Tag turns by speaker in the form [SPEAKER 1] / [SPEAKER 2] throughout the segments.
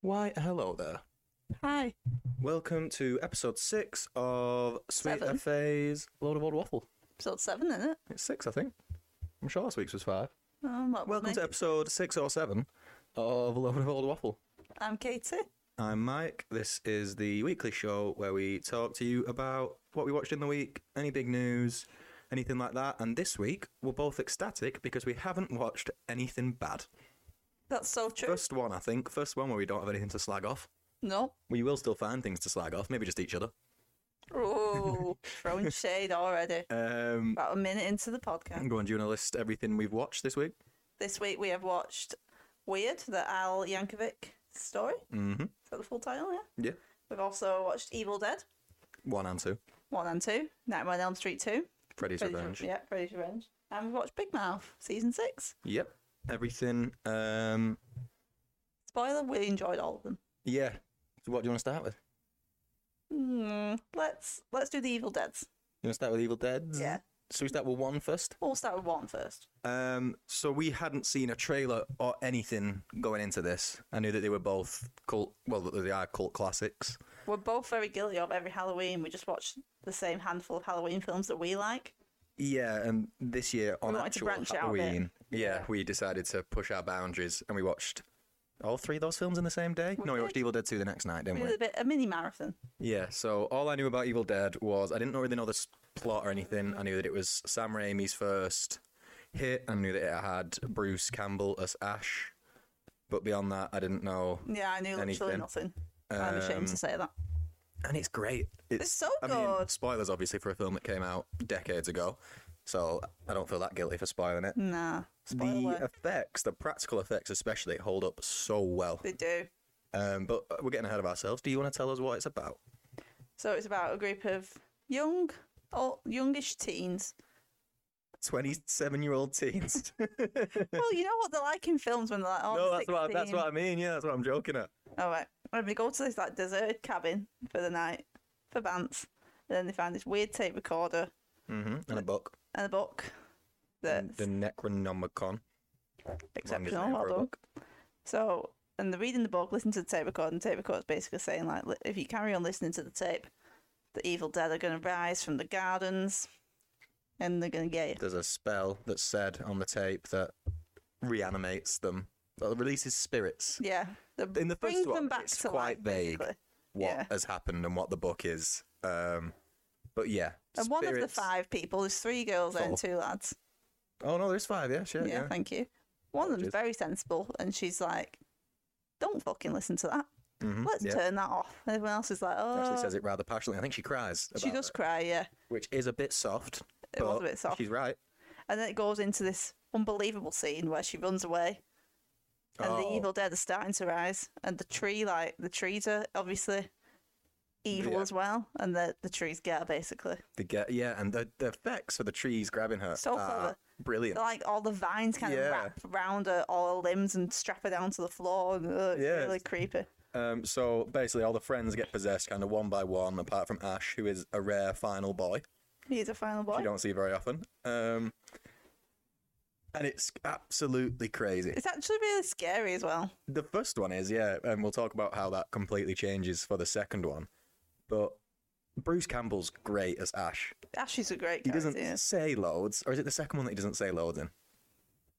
[SPEAKER 1] Why, hello there.
[SPEAKER 2] Hi.
[SPEAKER 1] Welcome to episode six of Sweet
[SPEAKER 2] Seven.
[SPEAKER 1] FA's Load of Old Waffle.
[SPEAKER 2] Episode seven, isn't it?
[SPEAKER 1] It's six, I think. I'm sure last week's was five.
[SPEAKER 2] Um, what-
[SPEAKER 1] Welcome
[SPEAKER 2] my-
[SPEAKER 1] to episode six or seven of Load of Old Waffle.
[SPEAKER 2] I'm Katie.
[SPEAKER 1] I'm Mike. This is the weekly show where we talk to you about what we watched in the week, any big news, anything like that. And this week, we're both ecstatic because we haven't watched anything bad.
[SPEAKER 2] That's so true.
[SPEAKER 1] First one, I think. First one where we don't have anything to slag off.
[SPEAKER 2] No.
[SPEAKER 1] We will still find things to slag off, maybe just each other.
[SPEAKER 2] Oh, throwing shade already.
[SPEAKER 1] Um,
[SPEAKER 2] About a minute into the podcast.
[SPEAKER 1] Go on, do you want to list everything we've watched this week?
[SPEAKER 2] This week we have watched Weird, the Al Yankovic story. Mm-hmm. Is that the full title? Yeah.
[SPEAKER 1] Yeah.
[SPEAKER 2] We've also watched Evil Dead
[SPEAKER 1] One and two.
[SPEAKER 2] 1 and 2, Nightmare on Elm Street 2.
[SPEAKER 1] Freddy's
[SPEAKER 2] Freddy's
[SPEAKER 1] Revenge.
[SPEAKER 2] Yeah, Freddy's Revenge. And we've watched Big Mouth, season six.
[SPEAKER 1] Yep. Everything. Um,
[SPEAKER 2] Spoiler, we enjoyed all of them.
[SPEAKER 1] yeah. So what do you want to start with?
[SPEAKER 2] Mm, let's let's do the Evil Deads.
[SPEAKER 1] You want to start with Evil Dead?
[SPEAKER 2] Yeah.
[SPEAKER 1] So we start with one first.
[SPEAKER 2] We'll start with one first.
[SPEAKER 1] Um, so we hadn't seen a trailer or anything going into this. I knew that they were both cult. Well, that they are cult classics.
[SPEAKER 2] We're both very guilty of every Halloween. We just watch the same handful of Halloween films that we like.
[SPEAKER 1] Yeah, and this year on
[SPEAKER 2] We wanted
[SPEAKER 1] actual
[SPEAKER 2] to branch out a bit.
[SPEAKER 1] Halloween, yeah, we decided to push our boundaries and we watched all three of those films in the same day. no, we
[SPEAKER 2] did.
[SPEAKER 1] watched Evil Dead two the next night, didn't
[SPEAKER 2] We
[SPEAKER 1] we?
[SPEAKER 2] did a bit a mini marathon.
[SPEAKER 1] Yeah, so all I knew about Evil Dead was I didn't really know the s- plot or anything. I knew that it was Sam Raimi's first hit. I knew that it had Bruce Campbell as Ash. But beyond that, I didn't know.
[SPEAKER 2] Yeah, I knew
[SPEAKER 1] Anything.
[SPEAKER 2] literally
[SPEAKER 1] Um,
[SPEAKER 2] nothing. I'm ashamed to say that.
[SPEAKER 1] And it's great. It's,
[SPEAKER 2] so
[SPEAKER 1] I mean,
[SPEAKER 2] good.
[SPEAKER 1] spoilers, obviously, for a film that came out decades ago. So I don't feel that guilty for spoiling it.
[SPEAKER 2] Nah,
[SPEAKER 1] the uh,
[SPEAKER 2] spoiler.
[SPEAKER 1] effects, the practical effects especially, hold up so well.
[SPEAKER 2] They do.
[SPEAKER 1] Um, but we're getting ahead of ourselves. Do you want to tell us what it's about?
[SPEAKER 2] So it's about a group of young, or youngish teens.
[SPEAKER 1] 27 year old teens.
[SPEAKER 2] well, you know what they're like in films when they're like, oh,
[SPEAKER 1] no,
[SPEAKER 2] I'm
[SPEAKER 1] that's what, that's
[SPEAKER 2] 16.
[SPEAKER 1] what I mean. Yeah, that's what I'm joking at.
[SPEAKER 2] All right. When we go to this like deserted cabin for the night for Vance, and then they find this weird tape recorder
[SPEAKER 1] Mm-hmm. And a book.
[SPEAKER 2] and a book
[SPEAKER 1] The
[SPEAKER 2] that's
[SPEAKER 1] Necronomicon.
[SPEAKER 2] exceptional.
[SPEAKER 1] name
[SPEAKER 2] Well
[SPEAKER 1] for a
[SPEAKER 2] done. So, and they're reading the book, listening to the tape recorder, and the tape recorder's basically saying like, "Li- if you carry on listening to the tape, the evil dead are going to rise from the gardens, and they're going to get you.
[SPEAKER 1] There's a spell that's said on the tape that reanimates them. Well, it releases spirits.
[SPEAKER 2] Yeah, that
[SPEAKER 1] In the first
[SPEAKER 2] brings
[SPEAKER 1] one,
[SPEAKER 2] them back
[SPEAKER 1] it's
[SPEAKER 2] to
[SPEAKER 1] quite
[SPEAKER 2] life,
[SPEAKER 1] vague
[SPEAKER 2] basically.
[SPEAKER 1] what
[SPEAKER 2] Yeah.
[SPEAKER 1] has happened and what the book is. Um, but yeah.
[SPEAKER 2] And one of the
[SPEAKER 1] spirits-
[SPEAKER 2] five people, there's three girls and
[SPEAKER 1] Sort
[SPEAKER 2] two lads.
[SPEAKER 1] Oh, no, there's five. Yeah, sure.
[SPEAKER 2] Yeah,
[SPEAKER 1] Yeah.
[SPEAKER 2] thank you. One of them's
[SPEAKER 1] Apologies.
[SPEAKER 2] very sensible, and she's like, "Don't fucking listen to that.
[SPEAKER 1] Mhm,
[SPEAKER 2] Let's
[SPEAKER 1] yeah.
[SPEAKER 2] turn that off." And everyone else is like, "Oh."
[SPEAKER 1] Actually says it rather passionately. I think she cries.
[SPEAKER 2] she
[SPEAKER 1] about
[SPEAKER 2] does
[SPEAKER 1] it,
[SPEAKER 2] cry, yeah.
[SPEAKER 1] which is a bit soft.
[SPEAKER 2] It was a
[SPEAKER 1] but
[SPEAKER 2] bit soft.
[SPEAKER 1] She's right.
[SPEAKER 2] And then it goes into this unbelievable scene where she runs away and the
[SPEAKER 1] Oh.
[SPEAKER 2] evil dead are starting to rise. And the tree, like, the trees are obviously evil
[SPEAKER 1] Yeah.
[SPEAKER 2] as well. And the, the trees get her, basically.
[SPEAKER 1] The get yeah, and the, the effects for the trees grabbing her
[SPEAKER 2] So
[SPEAKER 1] are
[SPEAKER 2] clever.
[SPEAKER 1] brilliant.
[SPEAKER 2] They're like all the vines kind
[SPEAKER 1] Yeah.
[SPEAKER 2] of wrap around her, all her limbs and strap her down to the floor. And, uh, it's
[SPEAKER 1] Yeah,
[SPEAKER 2] really
[SPEAKER 1] it's-
[SPEAKER 2] creepy.
[SPEAKER 1] Um, so basically, all the friends get possessed kind of one by one, apart from Ash, who is a rare final boy
[SPEAKER 2] He's a final
[SPEAKER 1] you
[SPEAKER 2] boy.
[SPEAKER 1] don't see very often. Um, and it's absolutely crazy.
[SPEAKER 2] It's actually really scary as well.
[SPEAKER 1] The first one is, yeah, and we'll talk about how that completely changes for the second one. But Bruce Campbell's great as Ash.
[SPEAKER 2] Ashley's a great
[SPEAKER 1] He
[SPEAKER 2] character.
[SPEAKER 1] doesn't
[SPEAKER 2] yeah.
[SPEAKER 1] say loads, or is it the second one that he doesn't say loads in?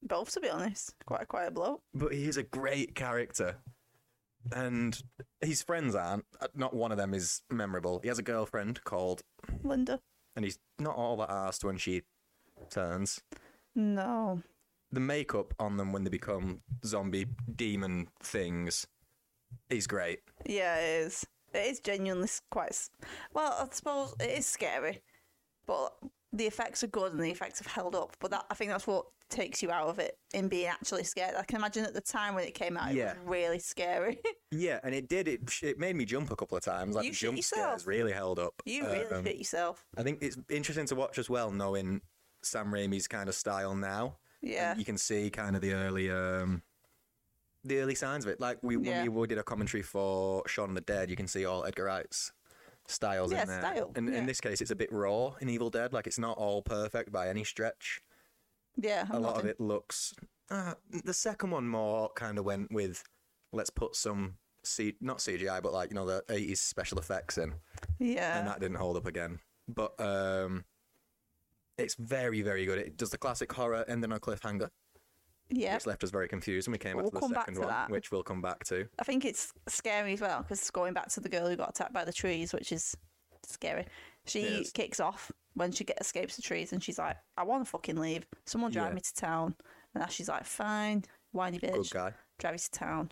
[SPEAKER 2] Both, to be honest. Quite a quiet bloke.
[SPEAKER 1] but he is a great character. And his friends aren't. uh, Not one of them is memorable. He has a girlfriend called,
[SPEAKER 2] Linda.
[SPEAKER 1] and he's not all that arsed when she turns.
[SPEAKER 2] No.
[SPEAKER 1] The makeup on them when they become zombie demon things is great.
[SPEAKER 2] Yeah, it is. It is genuinely s- quite. s- Well, I suppose it is scary, but the effects are good and the effects have held up. But that I think that's what takes you out of it in being actually scared. I can imagine at the time when it came out,
[SPEAKER 1] Yeah.
[SPEAKER 2] it was really scary.
[SPEAKER 1] Yeah, and it did. It, it made me jump a couple of times. Like
[SPEAKER 2] You
[SPEAKER 1] the
[SPEAKER 2] shit
[SPEAKER 1] jump
[SPEAKER 2] yourself.
[SPEAKER 1] scares really held up.
[SPEAKER 2] you really
[SPEAKER 1] Um,
[SPEAKER 2] shit yourself.
[SPEAKER 1] I think it's interesting to watch as well, knowing Sam Raimi's kind of style now.
[SPEAKER 2] Yeah,
[SPEAKER 1] and you can see kind of the early um the early signs of it like we
[SPEAKER 2] Yeah.
[SPEAKER 1] when we did a commentary for Shaun of the Dead you can see all Edgar Wright's styles
[SPEAKER 2] Yeah,
[SPEAKER 1] in there
[SPEAKER 2] style,
[SPEAKER 1] and
[SPEAKER 2] yeah.
[SPEAKER 1] in this case it's a bit raw in Evil Dead like it's not all perfect by any stretch
[SPEAKER 2] yeah.
[SPEAKER 1] a lot of it looks uh, the second one more kind of went with let's put some C- not CGI, but like you know the eighties special effects in,
[SPEAKER 2] Yeah.
[SPEAKER 1] and that didn't hold up again. But um, it's very very good. It does the classic horror ending on a cliffhanger,
[SPEAKER 2] yeah.
[SPEAKER 1] which left us very confused, and we came
[SPEAKER 2] We'll
[SPEAKER 1] up to the
[SPEAKER 2] come back
[SPEAKER 1] second
[SPEAKER 2] to
[SPEAKER 1] one,
[SPEAKER 2] that.
[SPEAKER 1] which we'll come back to.
[SPEAKER 2] I think it's scary as well because going back to the girl who got attacked by the trees, which is scary. She
[SPEAKER 1] Yes.
[SPEAKER 2] kicks off when she get, escapes the trees and she's like, I want to fucking leave. Someone drive
[SPEAKER 1] Yeah.
[SPEAKER 2] me to town. And now she's like, fine, whiny bitch.
[SPEAKER 1] Good guy.
[SPEAKER 2] Drive you to town.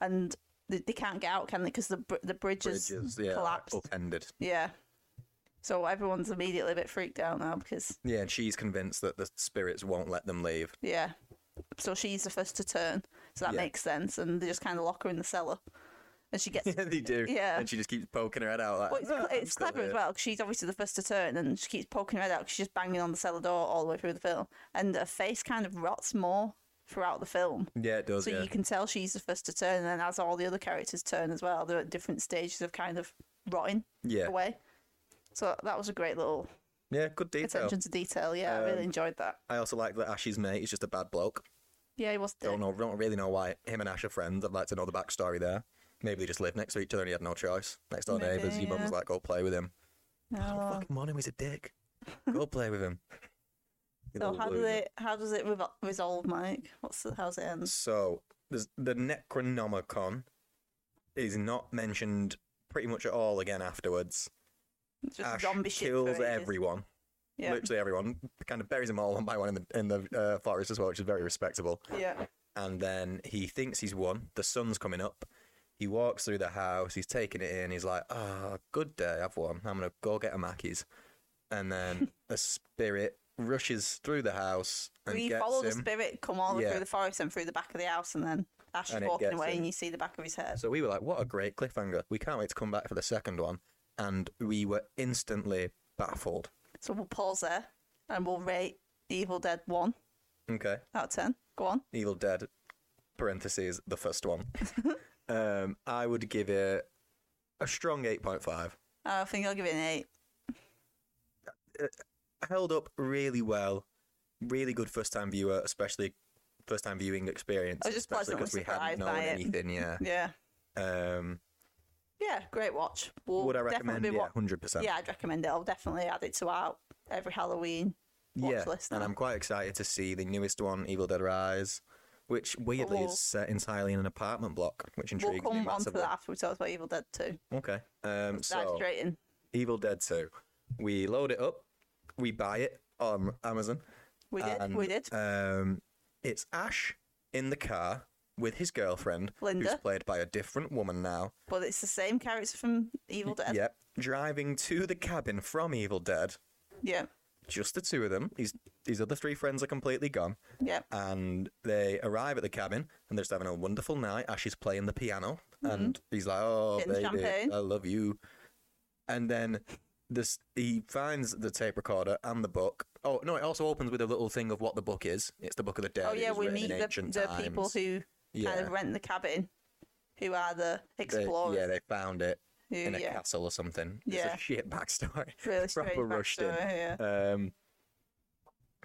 [SPEAKER 2] And they, they can't get out, can they? Because the, br- the bridge has
[SPEAKER 1] Bridges, yeah,
[SPEAKER 2] collapsed.
[SPEAKER 1] upended.
[SPEAKER 2] Yeah. So everyone's immediately a bit freaked out now because,
[SPEAKER 1] Yeah, and she's convinced that the spirits won't let them leave.
[SPEAKER 2] yeah. So she's the first to turn. So that
[SPEAKER 1] Yeah.
[SPEAKER 2] makes sense. And they just kind of lock her in the cellar. And she gets
[SPEAKER 1] Yeah, they do.
[SPEAKER 2] Yeah.
[SPEAKER 1] and she just keeps poking her head out. Like,
[SPEAKER 2] Well, it's,
[SPEAKER 1] "Ah,
[SPEAKER 2] cl-
[SPEAKER 1] I'm
[SPEAKER 2] it's
[SPEAKER 1] still
[SPEAKER 2] clever as
[SPEAKER 1] here."
[SPEAKER 2] well 'cause she's obviously the first to turn and she keeps poking her head out 'cause she's just banging on the cellar door all the way through the film. And her face kind of rots more throughout the film.
[SPEAKER 1] Yeah, it does.
[SPEAKER 2] So
[SPEAKER 1] yeah.
[SPEAKER 2] you can tell she's the first to turn, and then as all the other characters turn as well, they're at different stages of kind of rotting
[SPEAKER 1] yeah,
[SPEAKER 2] away. So that was a great little
[SPEAKER 1] yeah, good Um, detail.
[SPEAKER 2] attention to detail. Yeah, I really enjoyed that.
[SPEAKER 1] I also like that Ash's mate is just a bad bloke.
[SPEAKER 2] Yeah, he was
[SPEAKER 1] Don't
[SPEAKER 2] dead.
[SPEAKER 1] know, don't really know why him and Ash are friends. I'd like to know the backstory there. Maybe they just lived next to each other and he had no choice. Next door
[SPEAKER 2] Maybe,
[SPEAKER 1] neighbours, your mum was
[SPEAKER 2] yeah.
[SPEAKER 1] like, go play with him.
[SPEAKER 2] Oh.
[SPEAKER 1] Fucking want him, he's a dick. Go play with him. You
[SPEAKER 2] So
[SPEAKER 1] know,
[SPEAKER 2] how do
[SPEAKER 1] loser.
[SPEAKER 2] they? How does it revol- resolve, Mike? What's the, how's it end?
[SPEAKER 1] So there's the Necronomicon is not mentioned pretty much at all again afterwards.
[SPEAKER 2] It's just
[SPEAKER 1] Ash
[SPEAKER 2] zombie shit. for
[SPEAKER 1] kills
[SPEAKER 2] ages.
[SPEAKER 1] everyone,
[SPEAKER 2] Yeah,
[SPEAKER 1] literally everyone. Kind of buries them all one by one in the in the uh, forest as well, which is very respectable.
[SPEAKER 2] yeah,
[SPEAKER 1] and then he thinks he's won. The sun's coming up. He walks through the house. He's taking it in. He's like, "Ah, good day. I've won. I'm gonna go get a Mackey's." And then a spirit rushes through the house and
[SPEAKER 2] we
[SPEAKER 1] gets
[SPEAKER 2] follow the
[SPEAKER 1] him.
[SPEAKER 2] spirit come all the way
[SPEAKER 1] Yeah.
[SPEAKER 2] through the forest and through the back of the house, and then Ash is
[SPEAKER 1] And it
[SPEAKER 2] walking
[SPEAKER 1] gets
[SPEAKER 2] away,
[SPEAKER 1] him.
[SPEAKER 2] and you see the back of his head.
[SPEAKER 1] so we were like, "What a great cliffhanger! We can't wait to come back for the second one." And we were instantly baffled.
[SPEAKER 2] So we'll pause there and we'll rate Evil Dead 1
[SPEAKER 1] Okay,
[SPEAKER 2] out of 10. Go on.
[SPEAKER 1] Evil Dead parentheses the first one. um, I would give it a strong eight point five.
[SPEAKER 2] Uh, I think I'll give it an 8.
[SPEAKER 1] held up really well. Really good first time viewer, especially first time viewing experience.
[SPEAKER 2] I was just
[SPEAKER 1] especially
[SPEAKER 2] pleasantly
[SPEAKER 1] because we hadn't
[SPEAKER 2] surprised
[SPEAKER 1] known
[SPEAKER 2] by it.
[SPEAKER 1] anything. Yeah.
[SPEAKER 2] Yeah.
[SPEAKER 1] Um,
[SPEAKER 2] Yeah, great watch. We'll
[SPEAKER 1] would I
[SPEAKER 2] definitely
[SPEAKER 1] recommend?
[SPEAKER 2] be
[SPEAKER 1] Yeah,
[SPEAKER 2] wa-
[SPEAKER 1] hundred percent.
[SPEAKER 2] yeah, I'd recommend it. I'll definitely add it to our every Halloween watch
[SPEAKER 1] yeah.
[SPEAKER 2] list.
[SPEAKER 1] And
[SPEAKER 2] now.
[SPEAKER 1] I'm quite excited to see the newest one, Evil Dead Rise, which weirdly
[SPEAKER 2] we'll-
[SPEAKER 1] is set entirely in an apartment block, which
[SPEAKER 2] Oh. we'll
[SPEAKER 1] intrigues me
[SPEAKER 2] come on to
[SPEAKER 1] massively.
[SPEAKER 2] that after we talk about Evil Dead 2.
[SPEAKER 1] Okay. Um,
[SPEAKER 2] Dive
[SPEAKER 1] so
[SPEAKER 2] straight in.
[SPEAKER 1] Evil Dead Two, we load it up, we buy it on Amazon.
[SPEAKER 2] We did.
[SPEAKER 1] and,
[SPEAKER 2] we did.
[SPEAKER 1] Um, it's Ash in the car with his girlfriend, who's
[SPEAKER 2] Linda.
[SPEAKER 1] played by a different woman now.
[SPEAKER 2] But it's the same character from Evil Dead.
[SPEAKER 1] Yep, driving to the cabin from Evil Dead.
[SPEAKER 2] Yeah.
[SPEAKER 1] Just the two of them. His his other three friends are completely gone,
[SPEAKER 2] Yeah.
[SPEAKER 1] and they arrive at the cabin and they're just having a wonderful night. Ash is playing the piano, and he's like, "Oh,
[SPEAKER 2] Mm-hmm. Getting
[SPEAKER 1] baby,
[SPEAKER 2] champagne.
[SPEAKER 1] I love you." And then this he finds the tape recorder and the book. Oh no! It also opens with a little thing of what the book is. It's the Book of the Dead.
[SPEAKER 2] Oh
[SPEAKER 1] It
[SPEAKER 2] yeah,
[SPEAKER 1] was
[SPEAKER 2] we
[SPEAKER 1] written
[SPEAKER 2] meet
[SPEAKER 1] in
[SPEAKER 2] the,
[SPEAKER 1] ancient
[SPEAKER 2] the people
[SPEAKER 1] times.
[SPEAKER 2] who
[SPEAKER 1] yeah.
[SPEAKER 2] kind of rent the cabin, who are the
[SPEAKER 1] They-
[SPEAKER 2] explorers.
[SPEAKER 1] yeah, they found it
[SPEAKER 2] who,
[SPEAKER 1] in a
[SPEAKER 2] yeah,
[SPEAKER 1] castle or something. It's
[SPEAKER 2] Yeah.
[SPEAKER 1] a shit backstory.
[SPEAKER 2] really strange
[SPEAKER 1] proper rushed in.
[SPEAKER 2] backstory, Yeah.
[SPEAKER 1] Um,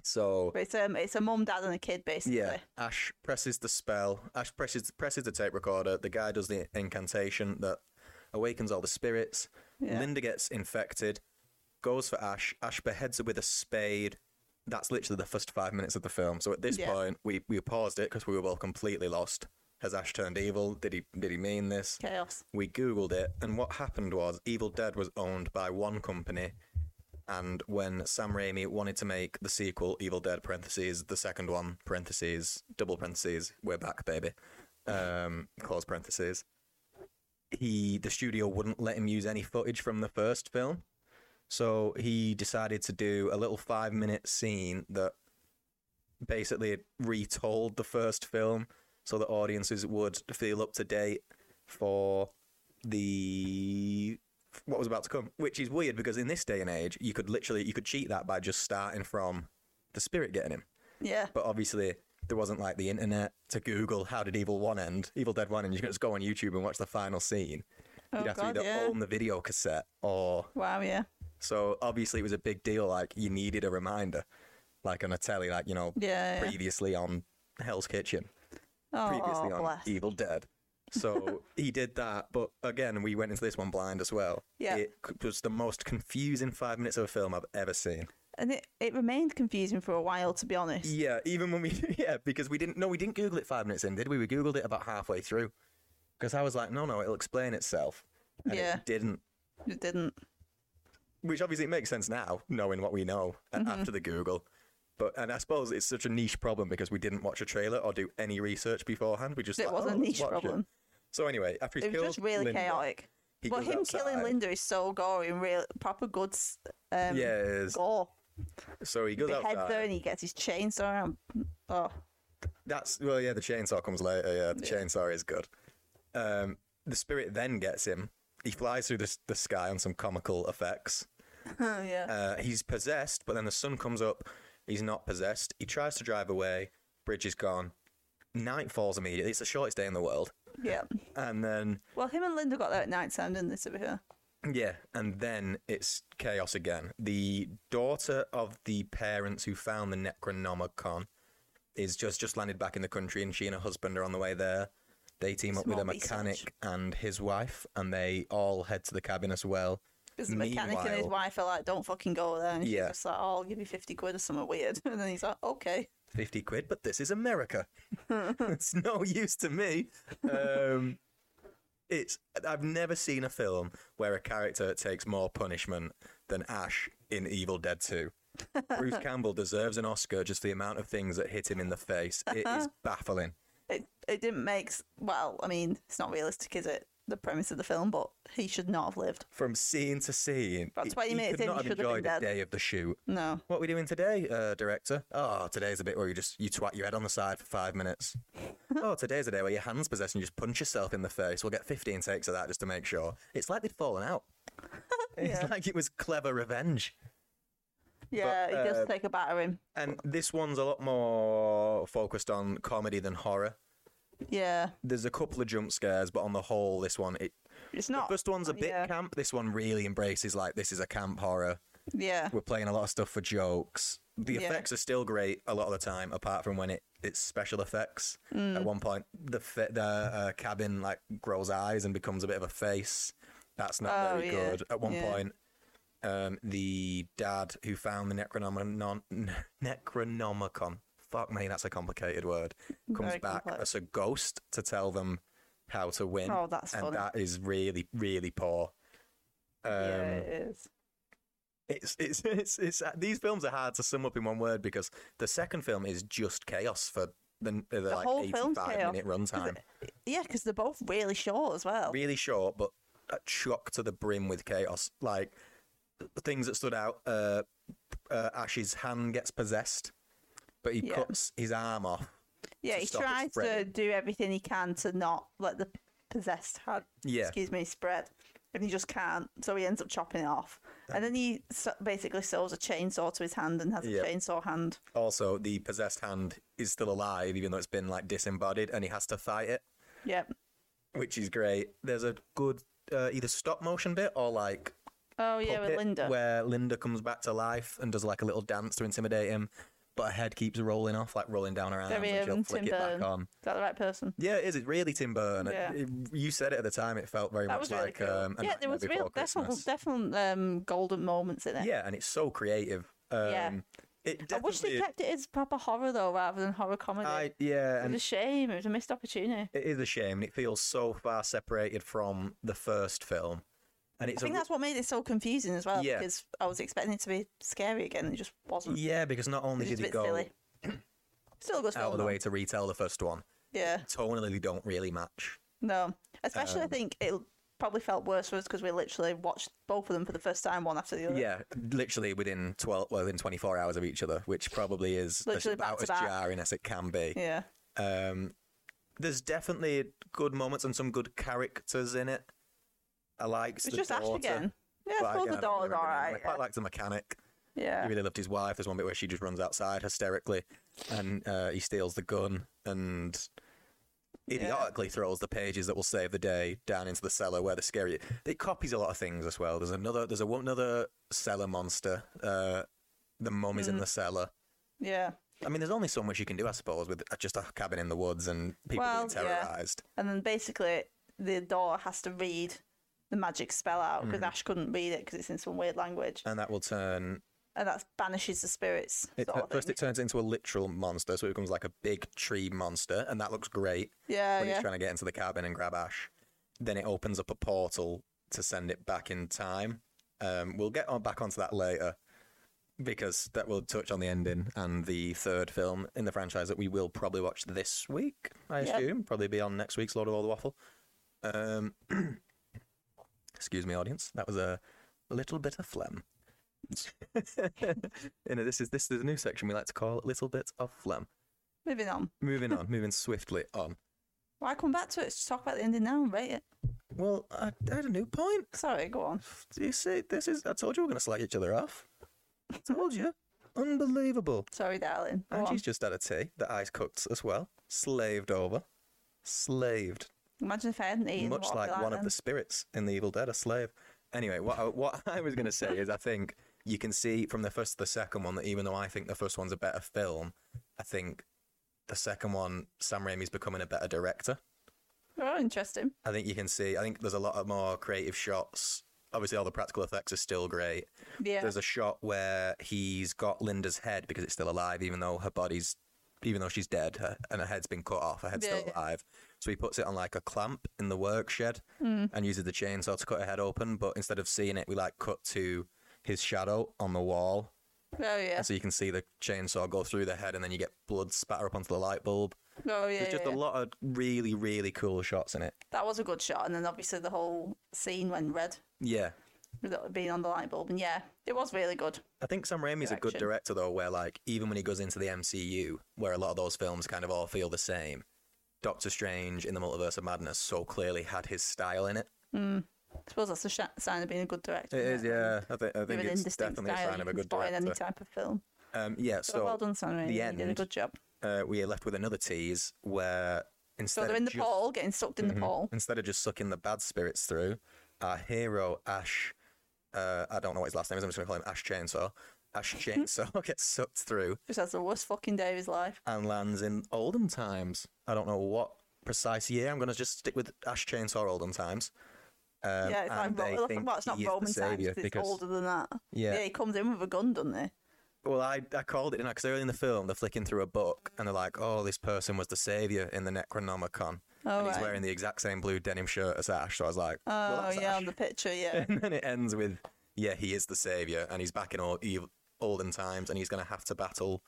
[SPEAKER 1] so
[SPEAKER 2] But it's um, it's a mum, dad, and a kid basically.
[SPEAKER 1] yeah, Ash presses the spell. Ash presses presses the tape recorder. The guy does the incantation that awakens all the spirits.
[SPEAKER 2] Yeah.
[SPEAKER 1] Linda gets infected. Goes for Ash. Ash beheads her with a spade. That's literally the first five minutes of the film. So at this
[SPEAKER 2] Yeah.
[SPEAKER 1] point, we, we paused it because we were all completely lost. Has Ash turned evil? Did he did he mean this?
[SPEAKER 2] Chaos.
[SPEAKER 1] We Googled it, and what happened was Evil Dead was owned by one company. And when Sam Raimi wanted to make the sequel, Evil Dead parentheses, the second one, parentheses, double parentheses, we're back, baby, um, close parentheses, he, the studio wouldn't let him use any footage from the first film. So he decided to do a little five minute scene that basically retold the first film so that audiences would feel up to date for the what was about to come which is weird because in this day and age you could literally you could cheat that by just starting from the spirit getting him
[SPEAKER 2] Yeah.
[SPEAKER 1] but obviously there wasn't like the internet to google how did evil one end evil dead one and you can just go on youtube and watch the final scene
[SPEAKER 2] Oh
[SPEAKER 1] you'd have
[SPEAKER 2] god.
[SPEAKER 1] to either
[SPEAKER 2] Yeah.
[SPEAKER 1] own the video cassette or
[SPEAKER 2] Wow. Yeah.
[SPEAKER 1] so obviously it was a big deal like you needed a reminder like on a telly like you know
[SPEAKER 2] Yeah. yeah.
[SPEAKER 1] previously on hell's kitchen
[SPEAKER 2] oh
[SPEAKER 1] previously on E-
[SPEAKER 2] bless.
[SPEAKER 1] Evil Dead. So he did that, but again, we went into this one blind as well.
[SPEAKER 2] Yeah.
[SPEAKER 1] It c- was the most confusing five minutes of a film I've ever seen.
[SPEAKER 2] And it, it remained confusing for a while, to be honest.
[SPEAKER 1] Yeah, even when we yeah, because we didn't no, we didn't Google it five minutes in, did we? We Googled it about halfway through. Because I was like, no, no, it'll explain itself. And
[SPEAKER 2] Yeah.
[SPEAKER 1] it didn't.
[SPEAKER 2] It didn't.
[SPEAKER 1] Which obviously makes sense now, knowing what we know a-
[SPEAKER 2] Mm-hmm.
[SPEAKER 1] after the Google. But and I suppose it's such a niche problem because we didn't watch a trailer or do any research beforehand. We just
[SPEAKER 2] It
[SPEAKER 1] like,
[SPEAKER 2] was
[SPEAKER 1] "Oh,
[SPEAKER 2] a
[SPEAKER 1] let's
[SPEAKER 2] niche
[SPEAKER 1] watch it."
[SPEAKER 2] problem.
[SPEAKER 1] So anyway, after he
[SPEAKER 2] It was
[SPEAKER 1] killed
[SPEAKER 2] just really
[SPEAKER 1] Linda,
[SPEAKER 2] chaotic.
[SPEAKER 1] he goes
[SPEAKER 2] but him killing
[SPEAKER 1] outside.
[SPEAKER 2] Linda is so gory and real proper good s- um,
[SPEAKER 1] Yes.
[SPEAKER 2] gore.
[SPEAKER 1] So he goes
[SPEAKER 2] The head
[SPEAKER 1] outside.
[SPEAKER 2] there and he gets his chainsaw around. Oh,
[SPEAKER 1] That's well, yeah. The chainsaw comes later. Yeah, the chainsaw is good. Um, the spirit then gets him. He flies through the, s- the sky on some comical effects.
[SPEAKER 2] yeah.
[SPEAKER 1] Uh, he's possessed, but then the sun comes up. He's not possessed. He tries to drive away. Bridge is gone. Night falls immediately. It's the shortest day in the world.
[SPEAKER 2] yeah.
[SPEAKER 1] And then
[SPEAKER 2] Well, him and Linda got there at night time, didn't they, to be fair?
[SPEAKER 1] yeah, and then it's chaos again. The daughter of the parents who found the Necronomicon is just just landed back in the country, and she and her husband are on the way there. They team up with a
[SPEAKER 2] Smart research.
[SPEAKER 1] mechanic and his wife, and they all head to the cabin as well.
[SPEAKER 2] Because the mechanic and his
[SPEAKER 1] Meanwhile-
[SPEAKER 2] wife are like, don't fucking go there. And she's
[SPEAKER 1] Yeah.
[SPEAKER 2] just like, oh, I'll give you 50 quid or something weird. And then he's like, okay.
[SPEAKER 1] Fifty quid, but this is America. it's no use to me. Um, it's I've never seen a film where a character takes more punishment than Ash in Evil Dead Two. Bruce Campbell deserves an Oscar just for the amount of things that hit him in the face. It is baffling.
[SPEAKER 2] It, it didn't make, s- well, I mean, it's not realistic, is it? The premise of the film, but he should not have lived.
[SPEAKER 1] From scene to scene,
[SPEAKER 2] About
[SPEAKER 1] he-
[SPEAKER 2] 20
[SPEAKER 1] he
[SPEAKER 2] minutes
[SPEAKER 1] could
[SPEAKER 2] in,
[SPEAKER 1] not
[SPEAKER 2] he
[SPEAKER 1] have
[SPEAKER 2] should have been
[SPEAKER 1] enjoyed
[SPEAKER 2] dead.
[SPEAKER 1] the day of the shoot.
[SPEAKER 2] No.
[SPEAKER 1] What are we doing today, uh, director? Oh, today's a bit where you just you twat your head on the side for five minutes. oh, today's a day where your hands possess and you just punch yourself in the face. We'll get fifteen takes of that just to make sure. It's like they'd fallen out.
[SPEAKER 2] Yeah.
[SPEAKER 1] It's like it was clever revenge.
[SPEAKER 2] Yeah,
[SPEAKER 1] But,
[SPEAKER 2] it does
[SPEAKER 1] uh,
[SPEAKER 2] take a battering.
[SPEAKER 1] And this one's a lot more focused on comedy than horror.
[SPEAKER 2] Yeah.
[SPEAKER 1] There's a couple of jump scares, but on the whole, this one it
[SPEAKER 2] It's not.
[SPEAKER 1] first one's a bit
[SPEAKER 2] Oh, yeah.
[SPEAKER 1] camp. This one really embraces like this is a camp horror.
[SPEAKER 2] Yeah.
[SPEAKER 1] We're playing a lot of stuff for jokes. The
[SPEAKER 2] Yeah.
[SPEAKER 1] effects are still great a lot of the time, apart from when it, it's special effects.
[SPEAKER 2] Mm.
[SPEAKER 1] At one point, the fa- the uh, cabin like grows eyes and becomes a bit of a face. That's not
[SPEAKER 2] Oh,
[SPEAKER 1] very
[SPEAKER 2] yeah.
[SPEAKER 1] good. At one
[SPEAKER 2] Yeah.
[SPEAKER 1] point, um, the dad who found the Necronomicon, Necronomicon, fuck me, that's a complicated word, comes
[SPEAKER 2] Very
[SPEAKER 1] back
[SPEAKER 2] complex.
[SPEAKER 1] as a ghost to tell them how to win.
[SPEAKER 2] Oh, that's
[SPEAKER 1] and
[SPEAKER 2] funny.
[SPEAKER 1] that is really really poor. Um,
[SPEAKER 2] yeah, it is.
[SPEAKER 1] it's, it's it's it's uh, these films are hard to sum up in one word because the second film is just chaos for the, the, like
[SPEAKER 2] whole film's
[SPEAKER 1] 85
[SPEAKER 2] chaos. Oh.
[SPEAKER 1] minute runtime.
[SPEAKER 2] Yeah, because they're both really short as well.
[SPEAKER 1] Really short, but uh, chock to the brim with chaos. Like things that stood out. Uh, uh, Ash's hand gets possessed, but he
[SPEAKER 2] Yeah.
[SPEAKER 1] cuts his arm off.
[SPEAKER 2] yeah,
[SPEAKER 1] to
[SPEAKER 2] he
[SPEAKER 1] stop it
[SPEAKER 2] tries to
[SPEAKER 1] spreading.
[SPEAKER 2] do everything he can to not let the possessed had,
[SPEAKER 1] Yeah.
[SPEAKER 2] excuse me, spread, and he just can't. So he ends up chopping it off, and then he so- basically sews a chainsaw to his hand and has
[SPEAKER 1] Yeah.
[SPEAKER 2] a chainsaw hand.
[SPEAKER 1] Also, the possessed hand is still alive, even though it's been like disembodied, and he has to fight it.
[SPEAKER 2] Yep.
[SPEAKER 1] which is great. There's a good uh, either stop motion bit or like
[SPEAKER 2] Oh yeah, with
[SPEAKER 1] puppet
[SPEAKER 2] Linda.
[SPEAKER 1] where Linda comes back to life and does like a little dance to intimidate him, but her head keeps rolling off, like rolling down her arms,
[SPEAKER 2] Very
[SPEAKER 1] and she'll
[SPEAKER 2] um,
[SPEAKER 1] flick
[SPEAKER 2] Tim
[SPEAKER 1] it
[SPEAKER 2] Burton.
[SPEAKER 1] back on.
[SPEAKER 2] Is that the right person?
[SPEAKER 1] Yeah, it is. It's really Tim Burton. It-
[SPEAKER 2] Yeah.
[SPEAKER 1] it- you said it at the time. It felt very
[SPEAKER 2] That
[SPEAKER 1] much
[SPEAKER 2] was really
[SPEAKER 1] like
[SPEAKER 2] cool.
[SPEAKER 1] um, a
[SPEAKER 2] yeah, there
[SPEAKER 1] Nightmare
[SPEAKER 2] was
[SPEAKER 1] Before
[SPEAKER 2] real definite,
[SPEAKER 1] Christmas.
[SPEAKER 2] definite um, golden moments in it.
[SPEAKER 1] Yeah, and it's so creative. Um,
[SPEAKER 2] Yeah.
[SPEAKER 1] It
[SPEAKER 2] I wish they
[SPEAKER 1] definitely-
[SPEAKER 2] kept it as proper horror though, rather than horror comedy.
[SPEAKER 1] I,
[SPEAKER 2] it
[SPEAKER 1] yeah,
[SPEAKER 2] was
[SPEAKER 1] and
[SPEAKER 2] a shame. It was a missed opportunity.
[SPEAKER 1] it is a shame, and it feels so far separated from the first film. And
[SPEAKER 2] I
[SPEAKER 1] it's
[SPEAKER 2] think
[SPEAKER 1] a,
[SPEAKER 2] that's what made it so confusing as well.
[SPEAKER 1] Yeah.
[SPEAKER 2] Because I was expecting it to be scary again, and it just wasn't.
[SPEAKER 1] yeah, because not only
[SPEAKER 2] It's just
[SPEAKER 1] did
[SPEAKER 2] a
[SPEAKER 1] it
[SPEAKER 2] bit
[SPEAKER 1] go
[SPEAKER 2] silly. Still a good
[SPEAKER 1] out
[SPEAKER 2] film.
[SPEAKER 1] of the
[SPEAKER 2] though.
[SPEAKER 1] way to retell the first one.
[SPEAKER 2] Yeah,
[SPEAKER 1] Tonally, they don't really match.
[SPEAKER 2] no. Especially, I
[SPEAKER 1] Um,
[SPEAKER 2] think it probably felt worse for us because we literally watched both of them for the first time, one after the other.
[SPEAKER 1] Yeah, literally within twelve, well, within twenty four hours of each other, which probably is as-
[SPEAKER 2] Literally back
[SPEAKER 1] about
[SPEAKER 2] to
[SPEAKER 1] as
[SPEAKER 2] back.
[SPEAKER 1] jarring as it can be.
[SPEAKER 2] Yeah.
[SPEAKER 1] Um, there's definitely good moments and some good characters in it. I liked
[SPEAKER 2] It's
[SPEAKER 1] the
[SPEAKER 2] just Ash
[SPEAKER 1] daughter,
[SPEAKER 2] again. Yeah,
[SPEAKER 1] but
[SPEAKER 2] I suppose
[SPEAKER 1] again,
[SPEAKER 2] the
[SPEAKER 1] I don't
[SPEAKER 2] daughter's
[SPEAKER 1] remember her name.
[SPEAKER 2] alright.
[SPEAKER 1] I quite liked the mechanic.
[SPEAKER 2] Yeah.
[SPEAKER 1] He really loved his wife. There's one bit where she just runs outside hysterically, and uh, he steals the gun and idiotically throws the pages that will save the day down into the cellar where the scary. It copies a lot of things as well. There's another. There's a
[SPEAKER 2] Mm.
[SPEAKER 1] one another cellar monster. Uh, the mum is in the cellar.
[SPEAKER 2] Yeah.
[SPEAKER 1] I mean, there's only so much you can do, I suppose, with just a cabin in the woods and people
[SPEAKER 2] Well,
[SPEAKER 1] being
[SPEAKER 2] yeah.
[SPEAKER 1] terrorized.
[SPEAKER 2] And then basically, the door has to read the magic spell out
[SPEAKER 1] Mm-hmm.
[SPEAKER 2] because Ash couldn't read it because it's in some weird language,
[SPEAKER 1] And that will turn.
[SPEAKER 2] and that banishes the spirits.
[SPEAKER 1] It,
[SPEAKER 2] sort of
[SPEAKER 1] at first,
[SPEAKER 2] thing.
[SPEAKER 1] it turns into a literal monster, so it becomes like a big tree monster, and that looks great
[SPEAKER 2] yeah,
[SPEAKER 1] when
[SPEAKER 2] yeah.
[SPEAKER 1] it's trying to get into the cabin and grab Ash. Then it opens up a portal to send it back in time. Um, we'll get on back onto that later because that will touch on the ending and the third film in the franchise that we will probably watch this week. I
[SPEAKER 2] Yep.
[SPEAKER 1] assume probably be on next week's Lord of All the Waffle. Um, excuse me, audience. That was a little bit of phlegm. you know, this is this is a new section we like to call "Little Bit of Phlegm."
[SPEAKER 2] Moving on.
[SPEAKER 1] Moving on, moving swiftly on.
[SPEAKER 2] Why come back to it? Just talk about the ending now and rate it.
[SPEAKER 1] Well, I, I had a new point.
[SPEAKER 2] Sorry, go on.
[SPEAKER 1] Do you see? This is. I told you we we're going to slag each other off. told you. Unbelievable.
[SPEAKER 2] Sorry, darling. Go on.
[SPEAKER 1] Angie's just had a tea that I cooked as well. Slaved over. Slaved.
[SPEAKER 2] Imagine if I hadn't eaten.
[SPEAKER 1] Much
[SPEAKER 2] what I'd be
[SPEAKER 1] like one of
[SPEAKER 2] then.
[SPEAKER 1] the spirits in The Evil Dead, a slave. Anyway, what I, what I was going to say is I think you can see from the first to the second one that even though I think the first one's a better film, I think the second one, Sam Raimi's becoming a better director.
[SPEAKER 2] Oh, interesting.
[SPEAKER 1] I think you can see. I think there's a lot of more creative shots. Obviously, all the practical effects are still great.
[SPEAKER 2] Yeah.
[SPEAKER 1] There's a shot where he's got Linda's head because it's still alive, even though her body's, even though she's dead her, and her head's been cut off, her head's
[SPEAKER 2] Yeah,
[SPEAKER 1] still
[SPEAKER 2] yeah.
[SPEAKER 1] alive. So he puts it on like a clamp in the work shed
[SPEAKER 2] Hmm.
[SPEAKER 1] and uses the chainsaw to cut her head open. But instead of seeing it, we like cut to his shadow on the wall,
[SPEAKER 2] oh yeah.
[SPEAKER 1] and so you can see the chainsaw go through the head, and then you get blood spatter up onto the light bulb.
[SPEAKER 2] Oh yeah.
[SPEAKER 1] There's just
[SPEAKER 2] yeah.
[SPEAKER 1] a lot of really, really cool shots in it.
[SPEAKER 2] That was a good shot, and then obviously the whole scene went red
[SPEAKER 1] Yeah,
[SPEAKER 2] with it being on the light bulb, and yeah, it was really good.
[SPEAKER 1] I think Sam Raimi's a good
[SPEAKER 2] Direction.
[SPEAKER 1] director though, where like even when he goes into the MCU, where a lot of those films kind of all feel the same, Doctor Strange in the Multiverse of Madness so clearly had his style in it.
[SPEAKER 2] I suppose that's a sh- sign of being a good director.
[SPEAKER 1] It is,
[SPEAKER 2] isn't
[SPEAKER 1] yeah. I, think I
[SPEAKER 2] With
[SPEAKER 1] think
[SPEAKER 2] an
[SPEAKER 1] it's
[SPEAKER 2] indistinct
[SPEAKER 1] definitely a
[SPEAKER 2] style,
[SPEAKER 1] sign
[SPEAKER 2] you
[SPEAKER 1] of a
[SPEAKER 2] can
[SPEAKER 1] good
[SPEAKER 2] spot it in
[SPEAKER 1] director.
[SPEAKER 2] any type of film.
[SPEAKER 1] Um, yeah,
[SPEAKER 2] So, well
[SPEAKER 1] so
[SPEAKER 2] done, Sam Raimi.
[SPEAKER 1] the
[SPEAKER 2] You did a
[SPEAKER 1] end.
[SPEAKER 2] good job.
[SPEAKER 1] uh, we are left with another tease where
[SPEAKER 2] So
[SPEAKER 1] instead
[SPEAKER 2] they're in
[SPEAKER 1] of
[SPEAKER 2] the
[SPEAKER 1] just, Mm-hmm.
[SPEAKER 2] pool, getting sucked in the pool.
[SPEAKER 1] instead of just sucking the bad spirits through, our hero Ash, uh, I don't know what his last name is. I'm just gonna call him Ash Chainsaw. Ash Chainsaw gets sucked through
[SPEAKER 2] Just has the worst fucking day of his life.
[SPEAKER 1] and lands in olden times. I don't know what precise year. I'm going to just stick with Ash Chainsaw olden times. Um,
[SPEAKER 2] yeah, it's
[SPEAKER 1] and
[SPEAKER 2] like
[SPEAKER 1] they
[SPEAKER 2] Ro-
[SPEAKER 1] think
[SPEAKER 2] well, it's not
[SPEAKER 1] he is the
[SPEAKER 2] Roman times.
[SPEAKER 1] saviour
[SPEAKER 2] 'cause It's older than that.
[SPEAKER 1] Yeah.
[SPEAKER 2] he comes in with a gun, doesn't he?
[SPEAKER 1] Well, I, I called it, didn't I? Because early in the film, they're flicking through a book and they're like, oh, this person was the savior in the Necronomicon.
[SPEAKER 2] Oh,
[SPEAKER 1] and he's
[SPEAKER 2] right.
[SPEAKER 1] wearing the exact same blue denim shirt as Ash. So I was like, well,
[SPEAKER 2] Oh
[SPEAKER 1] that's
[SPEAKER 2] yeah,
[SPEAKER 1] Ash.
[SPEAKER 2] on the picture, yeah.
[SPEAKER 1] and then it ends with, yeah, he is the savior, and he's back in all evil, olden times, and he's going to have to battle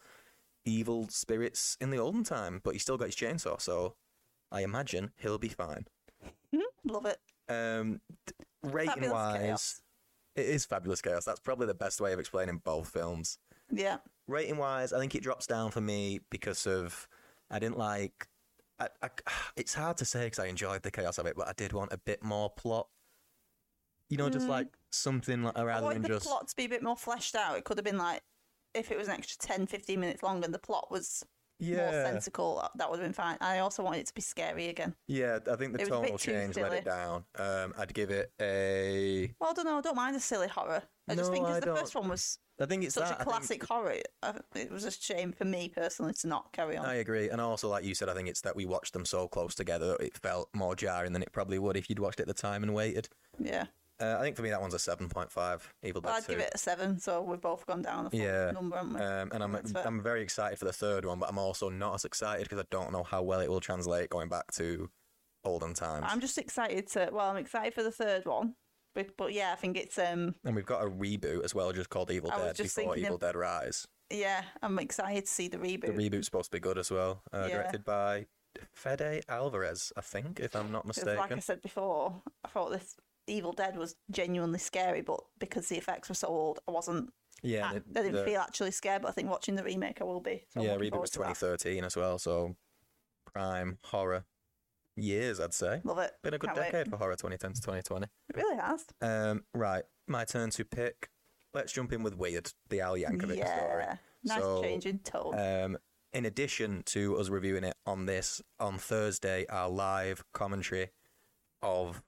[SPEAKER 1] evil spirits in the olden time, but he's still got his chainsaw, so I imagine he'll be fine.
[SPEAKER 2] Love it.
[SPEAKER 1] Um, d-
[SPEAKER 2] Fabulous
[SPEAKER 1] rating wise,
[SPEAKER 2] chaos.
[SPEAKER 1] it is fabulous chaos. That's probably the best way of explaining both films.
[SPEAKER 2] Yeah.
[SPEAKER 1] Rating wise, I think it drops down for me because of I didn't like. I, I, it's hard to say because I enjoyed the chaos of it, but I did want a bit more plot. You know, just like something like
[SPEAKER 2] Hmm. I
[SPEAKER 1] rather
[SPEAKER 2] wanted
[SPEAKER 1] than
[SPEAKER 2] the
[SPEAKER 1] just
[SPEAKER 2] plot to be a bit more fleshed out. It could have been like if it was an extra 10, 15 minutes longer and the plot was more
[SPEAKER 1] yeah,
[SPEAKER 2] sensical, that- that would have been fine. I also wanted it to be scary again.
[SPEAKER 1] yeah. I think the
[SPEAKER 2] It was a bit
[SPEAKER 1] tonal
[SPEAKER 2] too
[SPEAKER 1] change let
[SPEAKER 2] silly.
[SPEAKER 1] it down. Um, I'd give it a.
[SPEAKER 2] Well, I don't know. I don't mind a silly horror. I just
[SPEAKER 1] No,
[SPEAKER 2] think
[SPEAKER 1] I
[SPEAKER 2] 'cause the
[SPEAKER 1] don't.
[SPEAKER 2] first one was
[SPEAKER 1] I think it's
[SPEAKER 2] such
[SPEAKER 1] that,
[SPEAKER 2] a
[SPEAKER 1] I think-
[SPEAKER 2] classic horror, I, it was a shame for me personally to not carry on.
[SPEAKER 1] I agree, and also like you said, I think it's that we watched them so close together that it felt more jarring than it probably would if you'd watched it at the time and waited.
[SPEAKER 2] yeah.
[SPEAKER 1] Uh, I think for me that one's a seven point five. Evil Dead
[SPEAKER 2] But I'd
[SPEAKER 1] Two.
[SPEAKER 2] give it a seven, so we've both gone down a full
[SPEAKER 1] Yeah.
[SPEAKER 2] number, haven't we?
[SPEAKER 1] um, and I'm
[SPEAKER 2] That's fair.
[SPEAKER 1] I'm very excited for the third one, but I'm also not as excited because I don't know how well it will translate going back to olden times.
[SPEAKER 2] I'm just excited to. Well, I'm excited for the third one, but, but yeah, I think it's um
[SPEAKER 1] And we've got a reboot as well, just called Evil
[SPEAKER 2] I was
[SPEAKER 1] Dead
[SPEAKER 2] just
[SPEAKER 1] before
[SPEAKER 2] thinking
[SPEAKER 1] Evil
[SPEAKER 2] of-
[SPEAKER 1] Dead Rise.
[SPEAKER 2] yeah, I'm excited to see the reboot.
[SPEAKER 1] The reboot's supposed to be good as well, uh,
[SPEAKER 2] Yeah.
[SPEAKER 1] directed by Fede Alvarez, I think, if I'm not
[SPEAKER 2] 'Cause like I
[SPEAKER 1] mistaken.
[SPEAKER 2] said before, I thought this Evil Dead was genuinely scary, but because the effects were so old, I wasn't.
[SPEAKER 1] Yeah,
[SPEAKER 2] I,
[SPEAKER 1] and it-
[SPEAKER 2] I didn't
[SPEAKER 1] the-
[SPEAKER 2] feel actually scared, but I think watching the remake, I will be. So I'm
[SPEAKER 1] yeah,
[SPEAKER 2] looking
[SPEAKER 1] reboot was
[SPEAKER 2] forward to
[SPEAKER 1] 2013 as well, so prime horror years, I'd say.
[SPEAKER 2] that. Love it.
[SPEAKER 1] Been a good
[SPEAKER 2] Can't wait.
[SPEAKER 1] decade for horror, 2010 to 2020.
[SPEAKER 2] It really has.
[SPEAKER 1] Um, right, my turn to pick. Let's jump in with Weird, the Al Yankovic
[SPEAKER 2] yeah.
[SPEAKER 1] story.
[SPEAKER 2] Nice
[SPEAKER 1] So,
[SPEAKER 2] change in tone.
[SPEAKER 1] Um, in addition to us reviewing it on this, on Thursday, our live commentary of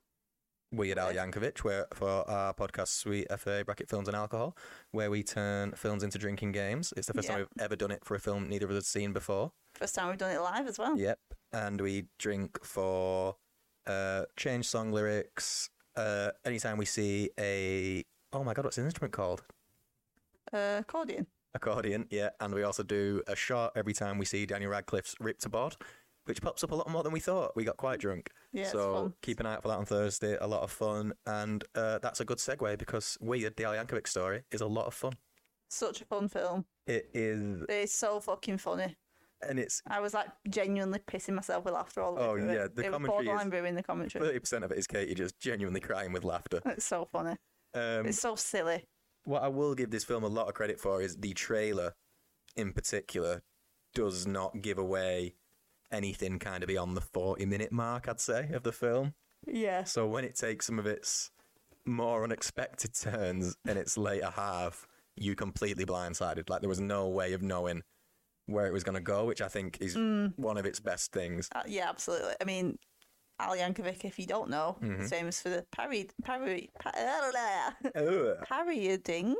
[SPEAKER 1] Weird Al Yankovic where, for our podcast Sweet FA Bracket Films and Alcohol, where we turn films into drinking games. It's the first time
[SPEAKER 2] Yeah.
[SPEAKER 1] we've ever done it for a film neither of us had seen before.
[SPEAKER 2] First time we've done it live as well.
[SPEAKER 1] Yep. And we drink for uh, change song lyrics. Uh, anytime we see a. Oh my God, what's an instrument called?
[SPEAKER 2] Uh, accordion.
[SPEAKER 1] Accordion, yeah. And we also do a shot every time we see Daniel Radcliffe's Rip to Bod, which pops up a lot more than we thought. We got quite drunk.
[SPEAKER 2] Yeah, it's
[SPEAKER 1] so
[SPEAKER 2] fun.
[SPEAKER 1] keep an eye out for that on Thursday. A lot of fun. And uh, that's a good segue because Weird, the Al Yankovic story, is a lot of fun.
[SPEAKER 2] Such a fun film.
[SPEAKER 1] It is.
[SPEAKER 2] It's so fucking funny.
[SPEAKER 1] And it's
[SPEAKER 2] I was like genuinely pissing myself with laughter all the way
[SPEAKER 1] Oh,
[SPEAKER 2] through it.
[SPEAKER 1] yeah, the
[SPEAKER 2] it
[SPEAKER 1] commentary
[SPEAKER 2] was
[SPEAKER 1] is-
[SPEAKER 2] borderline ruining the commentary.
[SPEAKER 1] 30% of it is Katie just genuinely crying with laughter.
[SPEAKER 2] It's so funny.
[SPEAKER 1] Um,
[SPEAKER 2] It's so silly.
[SPEAKER 1] What I will give this film a lot of credit for is the trailer, in particular, does not give away anything kind of beyond the forty-minute mark. I'd say of the film.
[SPEAKER 2] Yes.
[SPEAKER 1] So when it takes some of its more unexpected turns in its later half, you completely blindsided. Like there was no way of knowing where it was going to go, which I think is one of its best things.
[SPEAKER 2] Uh, yeah, absolutely. I mean, Al Yankovic, if you don't know, is famous for the parry, parry, parry,
[SPEAKER 1] Ugh.
[SPEAKER 2] parodying.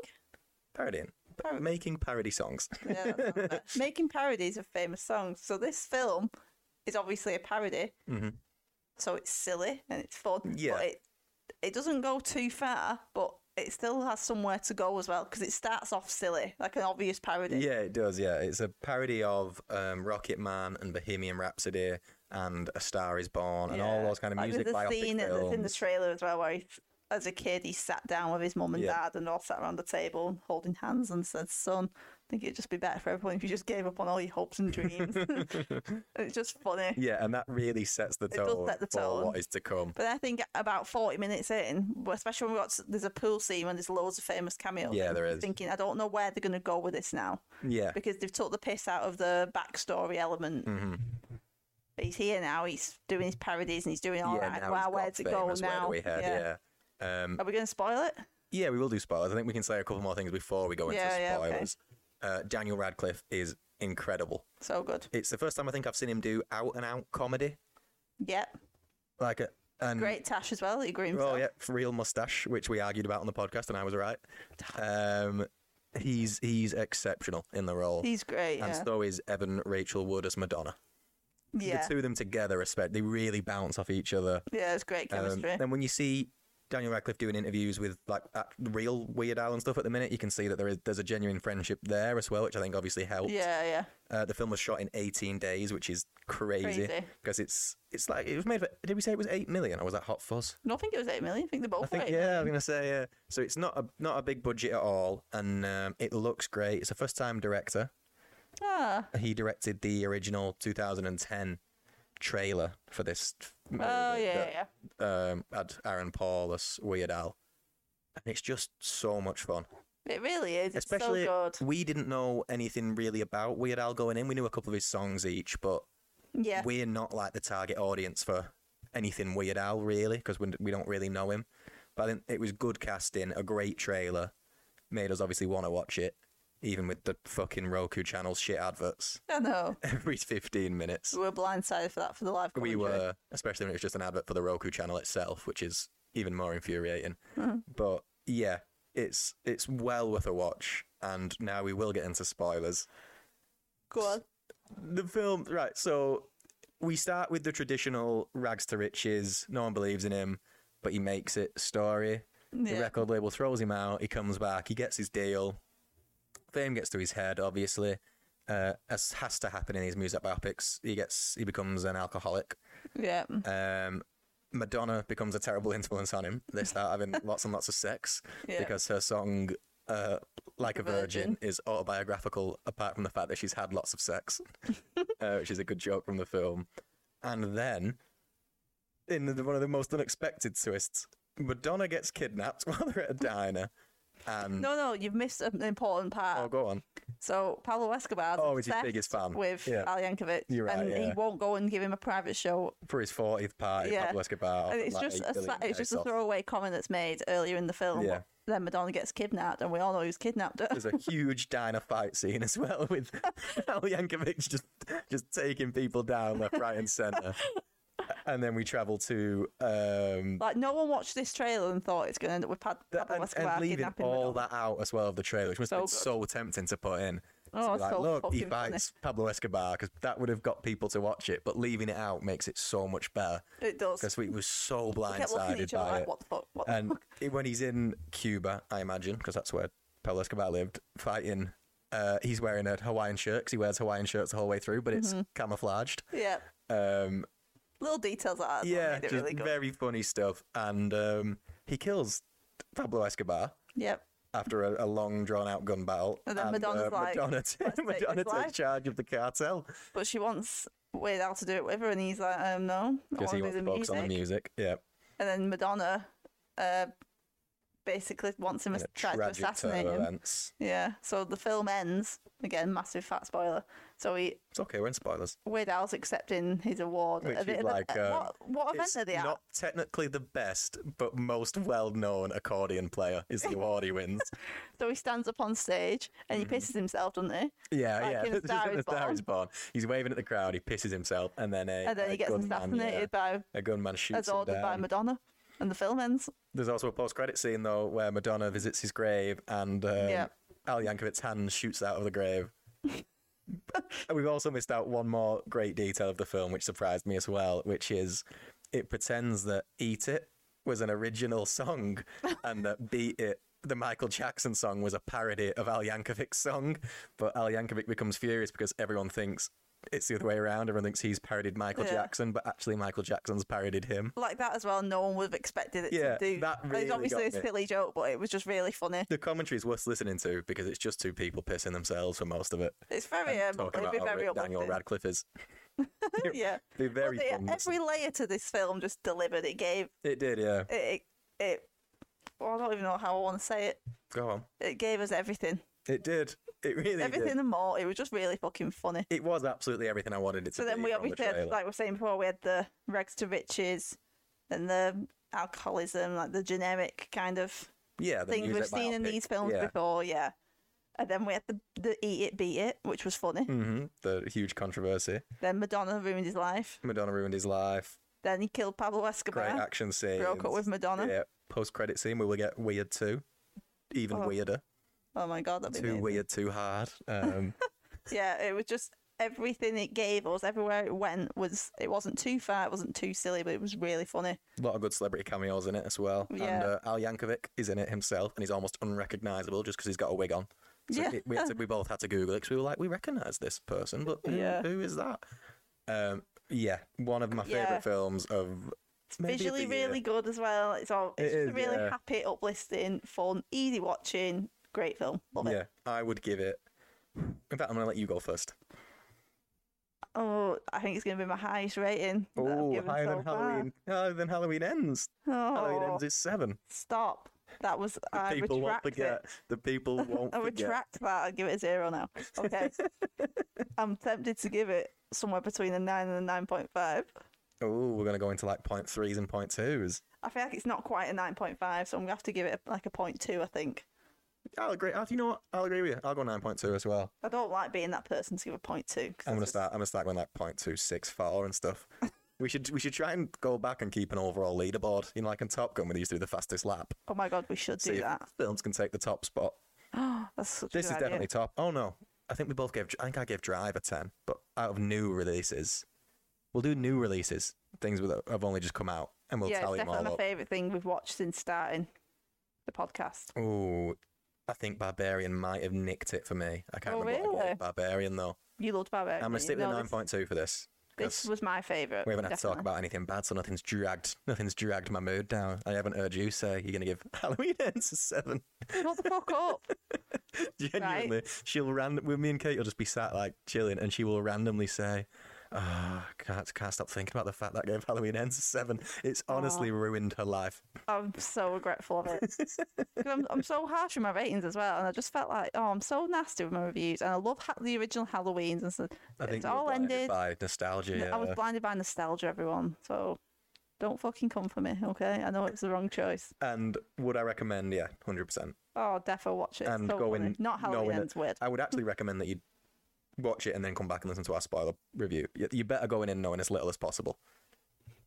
[SPEAKER 1] Parodying. Par- making parody songs.
[SPEAKER 2] Yeah, that sounds better. Making parodies of famous songs. So this film is obviously a parody.
[SPEAKER 1] Mhm.
[SPEAKER 2] So it's silly and it's fun.
[SPEAKER 1] Yeah.
[SPEAKER 2] But it, it doesn't go too far, but it still has somewhere to go as well because it starts off silly, like an obvious parody.
[SPEAKER 1] Yeah, it does. Yeah, it's a parody of um, Rocket Man and Bohemian Rhapsody and A Star Is Born and all
[SPEAKER 2] Yeah.
[SPEAKER 1] those kind of
[SPEAKER 2] Like,
[SPEAKER 1] music
[SPEAKER 2] there's a
[SPEAKER 1] biopic
[SPEAKER 2] scene in the-
[SPEAKER 1] films.
[SPEAKER 2] in the trailer as well where he, as a kid he sat down with his mum and
[SPEAKER 1] Yeah.
[SPEAKER 2] dad and all sat around the table and holding hands and said son i think it'd just be better for everyone if you just gave up on all your hopes and dreams And it's just funny
[SPEAKER 1] yeah, and that really sets the
[SPEAKER 2] does
[SPEAKER 1] tone
[SPEAKER 2] set the
[SPEAKER 1] for
[SPEAKER 2] tone.
[SPEAKER 1] what is to come.
[SPEAKER 2] but i think about 40 minutes in well, especially when we got to- there's a pool scene when there's loads of famous cameos
[SPEAKER 1] Yeah,
[SPEAKER 2] in,
[SPEAKER 1] there is.
[SPEAKER 2] thinking i don't know where they're going to go with this now
[SPEAKER 1] Yeah,
[SPEAKER 2] because they've took the piss out of the backstory element
[SPEAKER 1] Mhm.
[SPEAKER 2] he's here now he's doing his parodies and he's doing all
[SPEAKER 1] yeah.
[SPEAKER 2] right.
[SPEAKER 1] now
[SPEAKER 2] wow
[SPEAKER 1] he's got
[SPEAKER 2] where's it go
[SPEAKER 1] famous, Where
[SPEAKER 2] now
[SPEAKER 1] do we head? Yeah. Um,
[SPEAKER 2] are we going to spoil it
[SPEAKER 1] yeah, we will do spoilers. I think we can say a couple more things before we go into
[SPEAKER 2] Yeah, yeah, okay.
[SPEAKER 1] spoilers. uh, Daniel Radcliffe is incredible.
[SPEAKER 2] So good.
[SPEAKER 1] It's the first time I think I've seen him do out and out comedy,
[SPEAKER 2] Yep.
[SPEAKER 1] like a and
[SPEAKER 2] Great Tash as well. You're green.
[SPEAKER 1] Oh Mm. yeah, for real mustache, which we argued about on the podcast, and I was right. Um, he's he's exceptional in the role,
[SPEAKER 2] He's great.
[SPEAKER 1] and
[SPEAKER 2] Yeah.
[SPEAKER 1] so is Evan Rachel Wood as Madonna.
[SPEAKER 2] yeah.
[SPEAKER 1] The two of them together, especially, they really bounce off each other.
[SPEAKER 2] yeah, it's great
[SPEAKER 1] Um,
[SPEAKER 2] chemistry.
[SPEAKER 1] and when you see Daniel Radcliffe doing interviews with like at real Weird Al and stuff at the minute, you can see that there is there's a genuine friendship there as well, which I think obviously helped.
[SPEAKER 2] yeah, yeah.
[SPEAKER 1] Uh, the film was shot in 18 days, which is crazy
[SPEAKER 2] Crazy.
[SPEAKER 1] because it's it's like it was made. For, did we say it was eight million or was that Hot Fuzz?
[SPEAKER 2] No, I think it was 8 million. I think they both
[SPEAKER 1] I think
[SPEAKER 2] were.
[SPEAKER 1] yeah, I was gonna say yeah. So it's not a not a big budget at all, and um, it looks great. It's a first time director.
[SPEAKER 2] Ah.
[SPEAKER 1] He directed the original 2010 trailer for this. f- movie
[SPEAKER 2] Oh, yeah, yeah,
[SPEAKER 1] that,
[SPEAKER 2] yeah.
[SPEAKER 1] Um, had Aaron Paul as Weird Al, and it's just so much fun.
[SPEAKER 2] It really is. It's
[SPEAKER 1] Especially
[SPEAKER 2] so good.
[SPEAKER 1] we didn't know anything really about Weird Al going in. We knew a couple of his songs each, but
[SPEAKER 2] Yeah.
[SPEAKER 1] we're not like the target audience for anything Weird Al really because we, we don't really know him. But I think it was good casting, a great trailer, made us obviously want to watch it, even with the fucking Roku channel's shit adverts
[SPEAKER 2] I know.
[SPEAKER 1] every 15 minutes.
[SPEAKER 2] We were blindsided for that for the live
[SPEAKER 1] We
[SPEAKER 2] commentary.
[SPEAKER 1] were, especially when it was just an advert for the Roku channel itself, which is even more infuriating. But yeah, it's it's well worth a watch. And now we will get into spoilers
[SPEAKER 2] Go on.
[SPEAKER 1] the film right so we start with the traditional rags to riches no one believes in him but he makes it story the
[SPEAKER 2] Yeah.
[SPEAKER 1] record label throws him out he comes back he gets his deal fame gets to his head obviously uh, as has to happen in these music biopics he gets he becomes an alcoholic
[SPEAKER 2] yeah.
[SPEAKER 1] um, Madonna becomes a terrible influence on him. They start having lots and lots of sex
[SPEAKER 2] Yeah.
[SPEAKER 1] because her song uh, "Like a Virgin.
[SPEAKER 2] Virgin.
[SPEAKER 1] is autobiographical, apart from the fact that she's had lots of sex, uh, which is a good joke from the film. And then, in the, one of the most unexpected twists, Madonna gets kidnapped while they're at a diner. And
[SPEAKER 2] No, no, you've missed an important part.
[SPEAKER 1] oh, go on.
[SPEAKER 2] So Pablo Escobar's
[SPEAKER 1] Oh, he's his
[SPEAKER 2] obsessed
[SPEAKER 1] biggest fan.
[SPEAKER 2] with uh,
[SPEAKER 1] Yeah.
[SPEAKER 2] Al Yankovic,
[SPEAKER 1] You're right,
[SPEAKER 2] and he
[SPEAKER 1] yeah.
[SPEAKER 2] won't go and give him a private show
[SPEAKER 1] For his 40th party,
[SPEAKER 2] Yeah.
[SPEAKER 1] Pablo Escobar.
[SPEAKER 2] And Uh, it's
[SPEAKER 1] like
[SPEAKER 2] just
[SPEAKER 1] eight
[SPEAKER 2] a,
[SPEAKER 1] billion
[SPEAKER 2] sla- it's just a
[SPEAKER 1] pesos.
[SPEAKER 2] throwaway comment that's made earlier in the film.
[SPEAKER 1] Yeah.
[SPEAKER 2] Then Madonna gets kidnapped, and we all know who's kidnapped her.
[SPEAKER 1] there's a huge diner fight scene as well with Al Yankovic just just taking people down left, right, and centre. and then we travel to um,
[SPEAKER 2] Like no one watched this trailer and thought it's going to end up with Pad-
[SPEAKER 1] th-
[SPEAKER 2] Pablo
[SPEAKER 1] and, and
[SPEAKER 2] Escobar
[SPEAKER 1] leaving
[SPEAKER 2] kidnapping
[SPEAKER 1] all
[SPEAKER 2] Madonna.
[SPEAKER 1] that out as well of the trailer, which must have been
[SPEAKER 2] So
[SPEAKER 1] so tempting to put in.
[SPEAKER 2] Oh,
[SPEAKER 1] to be like,
[SPEAKER 2] so
[SPEAKER 1] look, he
[SPEAKER 2] fucking funny."
[SPEAKER 1] fights Pablo Escobar because that would have got people to watch it, but leaving it out makes it so much better
[SPEAKER 2] It does.
[SPEAKER 1] because we were so
[SPEAKER 2] We kept looking at each
[SPEAKER 1] blindsided
[SPEAKER 2] other
[SPEAKER 1] by
[SPEAKER 2] like,
[SPEAKER 1] it.
[SPEAKER 2] what the fuck? What the
[SPEAKER 1] And
[SPEAKER 2] fuck?
[SPEAKER 1] it- when he's in Cuba, I imagine, because that's where Pablo Escobar lived, fighting. Uh, he's wearing a Hawaiian shirt because he wears Hawaiian shirts the whole way through, but it's
[SPEAKER 2] Mm-hmm.
[SPEAKER 1] camouflaged.
[SPEAKER 2] Yeah.
[SPEAKER 1] Um,
[SPEAKER 2] Little details like that. that's what
[SPEAKER 1] yeah,
[SPEAKER 2] made it
[SPEAKER 1] just
[SPEAKER 2] Oh, really good.
[SPEAKER 1] very funny stuff. And um, he kills Pablo Escobar
[SPEAKER 2] Yep.
[SPEAKER 1] after a, a long, drawn out gun battle. uh,
[SPEAKER 2] And then Madonna's like,
[SPEAKER 1] Madonna, t-
[SPEAKER 2] "Let's take
[SPEAKER 1] Madonna
[SPEAKER 2] this
[SPEAKER 1] takes
[SPEAKER 2] life."
[SPEAKER 1] charge of the cartel
[SPEAKER 2] But she wants Weird Al to do it with her, and he's like, um, no, I
[SPEAKER 1] because
[SPEAKER 2] want
[SPEAKER 1] he
[SPEAKER 2] to do
[SPEAKER 1] wants
[SPEAKER 2] the
[SPEAKER 1] to focus
[SPEAKER 2] music.
[SPEAKER 1] on the music. Yeah,
[SPEAKER 2] And then Madonna, uh, basically wants him to
[SPEAKER 1] in a
[SPEAKER 2] try to
[SPEAKER 1] tragic turn
[SPEAKER 2] assassinate
[SPEAKER 1] of
[SPEAKER 2] him.
[SPEAKER 1] events.
[SPEAKER 2] Yeah. So the film ends again, massive fat spoiler. So he
[SPEAKER 1] It's okay, we're in spoilers.
[SPEAKER 2] Weird Al's accepting his award.
[SPEAKER 1] Which
[SPEAKER 2] A bit
[SPEAKER 1] is
[SPEAKER 2] of a-
[SPEAKER 1] like,
[SPEAKER 2] uh,
[SPEAKER 1] um,
[SPEAKER 2] what what event
[SPEAKER 1] It's
[SPEAKER 2] are they at?
[SPEAKER 1] not technically the best, but most well-known accordion player is the award he wins.
[SPEAKER 2] So he stands up on stage and
[SPEAKER 1] Mm-hmm.
[SPEAKER 2] he pisses himself, doesn't he?
[SPEAKER 1] Yeah,
[SPEAKER 2] Like
[SPEAKER 1] yeah.
[SPEAKER 2] in A
[SPEAKER 1] it's just
[SPEAKER 2] Star
[SPEAKER 1] in
[SPEAKER 2] is
[SPEAKER 1] a Star
[SPEAKER 2] Born.
[SPEAKER 1] is born. He's waving at the crowd. He pisses himself, and then a
[SPEAKER 2] And then
[SPEAKER 1] a
[SPEAKER 2] he gets
[SPEAKER 1] gunman, yeah,
[SPEAKER 2] assassinated by
[SPEAKER 1] a gunman shoots
[SPEAKER 2] as
[SPEAKER 1] him
[SPEAKER 2] ordered by
[SPEAKER 1] down.
[SPEAKER 2] Madonna, and the film ends.
[SPEAKER 1] There's also a post-credit scene though where Madonna visits his grave and um,
[SPEAKER 2] Yeah.
[SPEAKER 1] Al Yankovic's hand shoots out of the grave. And We've also missed out one more great detail of the film, which surprised me as well, which is it pretends that "Eat It" was an original song, and that "Beat It," the Michael Jackson song, was a parody of Al Yankovic's song. But Al Yankovic becomes furious because everyone thinks it's the other way around. Everyone thinks he's parodied Michael
[SPEAKER 2] Yeah.
[SPEAKER 1] Jackson, but actually Michael Jackson's parodied him.
[SPEAKER 2] Like that as well. No one would have expected it
[SPEAKER 1] Yeah,
[SPEAKER 2] to do.
[SPEAKER 1] that
[SPEAKER 2] Like,
[SPEAKER 1] really
[SPEAKER 2] it's obviously
[SPEAKER 1] got
[SPEAKER 2] a
[SPEAKER 1] me.
[SPEAKER 2] silly joke, but it was just really funny.
[SPEAKER 1] The commentary is worth listening to because it's just two people pissing themselves for most of it.
[SPEAKER 2] It's very um,
[SPEAKER 1] Talking
[SPEAKER 2] it'd
[SPEAKER 1] about
[SPEAKER 2] be
[SPEAKER 1] how
[SPEAKER 2] very
[SPEAKER 1] Rick Daniel
[SPEAKER 2] uplifting.
[SPEAKER 1] Radcliffe is.
[SPEAKER 2] yeah.
[SPEAKER 1] Be very
[SPEAKER 2] But the-
[SPEAKER 1] fun.
[SPEAKER 2] every layer to this film just delivered. It gave
[SPEAKER 1] It did, yeah.
[SPEAKER 2] it. it, it well, I don't even know how I want to say it.
[SPEAKER 1] Go on.
[SPEAKER 2] It gave us everything,
[SPEAKER 1] It did. It really
[SPEAKER 2] everything
[SPEAKER 1] did.
[SPEAKER 2] and more. It was just really fucking funny.
[SPEAKER 1] It was absolutely everything I wanted it to
[SPEAKER 2] So
[SPEAKER 1] be.
[SPEAKER 2] then
[SPEAKER 1] from
[SPEAKER 2] we
[SPEAKER 1] the
[SPEAKER 2] obviously had,
[SPEAKER 1] trailer.
[SPEAKER 2] like we were saying before, we had the rags to riches and the alcoholism, like the generic kind of
[SPEAKER 1] yeah, the
[SPEAKER 2] things we've
[SPEAKER 1] music
[SPEAKER 2] seen in
[SPEAKER 1] biopic,
[SPEAKER 2] these films
[SPEAKER 1] yeah.
[SPEAKER 2] before, yeah. And then we had the, the Eat It, Beat It, which was funny.
[SPEAKER 1] hmm The huge controversy.
[SPEAKER 2] Then Madonna ruined his life.
[SPEAKER 1] Madonna ruined his life.
[SPEAKER 2] Then he killed Pablo
[SPEAKER 1] Great
[SPEAKER 2] Escobar.
[SPEAKER 1] action scene.
[SPEAKER 2] Broke up with Madonna.
[SPEAKER 1] Yeah. Post credit scene, we will get weird too. Even
[SPEAKER 2] Oh,
[SPEAKER 1] weirder.
[SPEAKER 2] Oh my god, that'd be
[SPEAKER 1] Too
[SPEAKER 2] amazing.
[SPEAKER 1] weird, too hard. Um,
[SPEAKER 2] Yeah, it was just everything it gave us, everywhere it went was it wasn't too far, it wasn't too silly, but it was really funny.
[SPEAKER 1] A lot of good celebrity cameos in it as well. And
[SPEAKER 2] Yeah.
[SPEAKER 1] uh, Al Yankovic is in it himself, and he's almost unrecognizable just because he's got a wig on. So
[SPEAKER 2] Yeah.
[SPEAKER 1] it- we, had to, we both had to Google it because we were like, we recognize this person, but who,
[SPEAKER 2] Yeah.
[SPEAKER 1] who is that? Um, yeah, one of my
[SPEAKER 2] Yeah.
[SPEAKER 1] favorite films of maybe of
[SPEAKER 2] Visually
[SPEAKER 1] the year.
[SPEAKER 2] really good as well. It's all it's
[SPEAKER 1] It
[SPEAKER 2] just a
[SPEAKER 1] is,
[SPEAKER 2] really
[SPEAKER 1] yeah.
[SPEAKER 2] happy, uplifting, fun, easy watching, great film. Love it.
[SPEAKER 1] Yeah, I would give it. In fact, I'm gonna let you go first.
[SPEAKER 2] Oh, I think it's gonna be my highest rating. that I've
[SPEAKER 1] Oh,
[SPEAKER 2] given
[SPEAKER 1] higher
[SPEAKER 2] so
[SPEAKER 1] than
[SPEAKER 2] far.
[SPEAKER 1] Halloween. Higher than Halloween ends. Halloween
[SPEAKER 2] Oh,
[SPEAKER 1] ends is seven.
[SPEAKER 2] stop. That was
[SPEAKER 1] The
[SPEAKER 2] I
[SPEAKER 1] people won't
[SPEAKER 2] retract
[SPEAKER 1] forget.
[SPEAKER 2] it.
[SPEAKER 1] The people won't
[SPEAKER 2] I
[SPEAKER 1] forget.
[SPEAKER 2] retract that. I give it a zero now. Okay. I'm tempted to give it somewhere between a nine and a nine point five.
[SPEAKER 1] Oh, we're gonna go into like point threes and point twos.
[SPEAKER 2] I feel like it's not quite a nine point five, so I'm gonna have to give it like a point two. I think
[SPEAKER 1] I'll agree. I, you know what? I'll agree with you. I'll go nine point two as well.
[SPEAKER 2] I don't like being that person to give a point two. 'cause
[SPEAKER 1] I'm
[SPEAKER 2] that's
[SPEAKER 1] gonna
[SPEAKER 2] just-
[SPEAKER 1] start. I'm gonna start going like point two six four and stuff. we should we should try and go back and keep an overall leaderboard. You know, like in Top Gun, when they used to do the fastest lap.
[SPEAKER 2] Oh my god, we should
[SPEAKER 1] Uh, See
[SPEAKER 2] do
[SPEAKER 1] if
[SPEAKER 2] that.
[SPEAKER 1] films can take the top spot.
[SPEAKER 2] That's such
[SPEAKER 1] This is
[SPEAKER 2] a good idea.
[SPEAKER 1] definitely top. Oh no, I think we both gave. I think I gave Drive a ten, but out of new releases, we'll do new releases, things that have only just come out, and we'll
[SPEAKER 2] yeah, it's
[SPEAKER 1] tally them
[SPEAKER 2] definitely
[SPEAKER 1] all
[SPEAKER 2] my
[SPEAKER 1] up.
[SPEAKER 2] favourite thing we've watched since starting the podcast.
[SPEAKER 1] Ooh, I think Barbarian might have nicked it for me. I can't
[SPEAKER 2] Oh,
[SPEAKER 1] remember what I
[SPEAKER 2] really?
[SPEAKER 1] gave Barbarian though.
[SPEAKER 2] You loved Barbarian.
[SPEAKER 1] I'm gonna
[SPEAKER 2] didn't you?
[SPEAKER 1] stick with
[SPEAKER 2] No,
[SPEAKER 1] a nine
[SPEAKER 2] this-
[SPEAKER 1] point two for this.
[SPEAKER 2] This
[SPEAKER 1] 'cause-
[SPEAKER 2] was my favourite.
[SPEAKER 1] We haven't had to talk
[SPEAKER 2] definitely.
[SPEAKER 1] about anything bad, so nothing's dragged. Nothing's dragged my mood down. I haven't heard you say you're going to give Halloween Ends a seven.
[SPEAKER 2] Shut the fuck up.
[SPEAKER 1] Genuinely, she'll random. With me and Kate, will just be sat like chilling, and she will randomly say, "Ah, can't can't stop thinking about the fact that I gave Halloween Ends a seven. It's honestly ruined her life.
[SPEAKER 2] I'm so regretful of it. 'Cause I'm, I'm so harsh with my ratings as well, and I just felt like, oh, I'm so nasty with my reviews, and I love ha- the original Halloweens and stuff.
[SPEAKER 1] I think
[SPEAKER 2] it's
[SPEAKER 1] you were
[SPEAKER 2] all
[SPEAKER 1] blinded
[SPEAKER 2] ended.
[SPEAKER 1] by uh, nostalgia.
[SPEAKER 2] I was
[SPEAKER 1] yeah.
[SPEAKER 2] blinded by nostalgia, everyone. So don't fucking come for me, okay? I know it's the wrong choice.
[SPEAKER 1] and would I recommend? Yeah, hundred percent.
[SPEAKER 2] Oh, defo watch it. It's
[SPEAKER 1] And
[SPEAKER 2] so
[SPEAKER 1] go
[SPEAKER 2] funny.
[SPEAKER 1] in
[SPEAKER 2] Not Halloween
[SPEAKER 1] knowing that-
[SPEAKER 2] ends weird.
[SPEAKER 1] I would actually recommend that you watch it and then come back and listen to our spoiler review. You, you better go in and knowing as little as possible.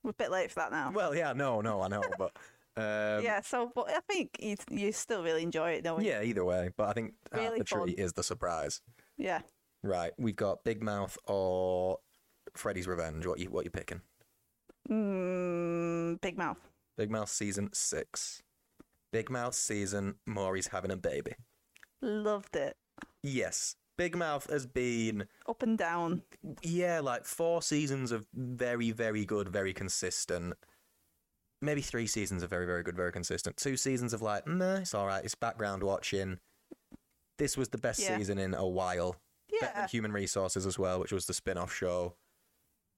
[SPEAKER 2] We're a bit late for that now.
[SPEAKER 1] Well, yeah, no, no, I know, but um, yeah.
[SPEAKER 2] yeah, so but I think you you still really enjoy it, don't you?
[SPEAKER 1] either way. But I think half
[SPEAKER 2] Really
[SPEAKER 1] the
[SPEAKER 2] fun.
[SPEAKER 1] treat is the surprise.
[SPEAKER 2] Yeah.
[SPEAKER 1] Right, we've got Big Mouth or Freddy's Revenge. What you what you picking?
[SPEAKER 2] Mm, big mouth.
[SPEAKER 1] Big Mouth season six. Big Mouth season. Maury's having a baby.
[SPEAKER 2] Loved it.
[SPEAKER 1] Yes, Big Mouth has been
[SPEAKER 2] Up and down.
[SPEAKER 1] yeah, like four seasons of very, very good, very consistent. Maybe three seasons of very, very good, very consistent. Two seasons of like, nah, it's all right. It's background watching. This was the best
[SPEAKER 2] Yeah.
[SPEAKER 1] season in a while. Better
[SPEAKER 2] Yeah.
[SPEAKER 1] than Human Resources as well, which was the spin off show.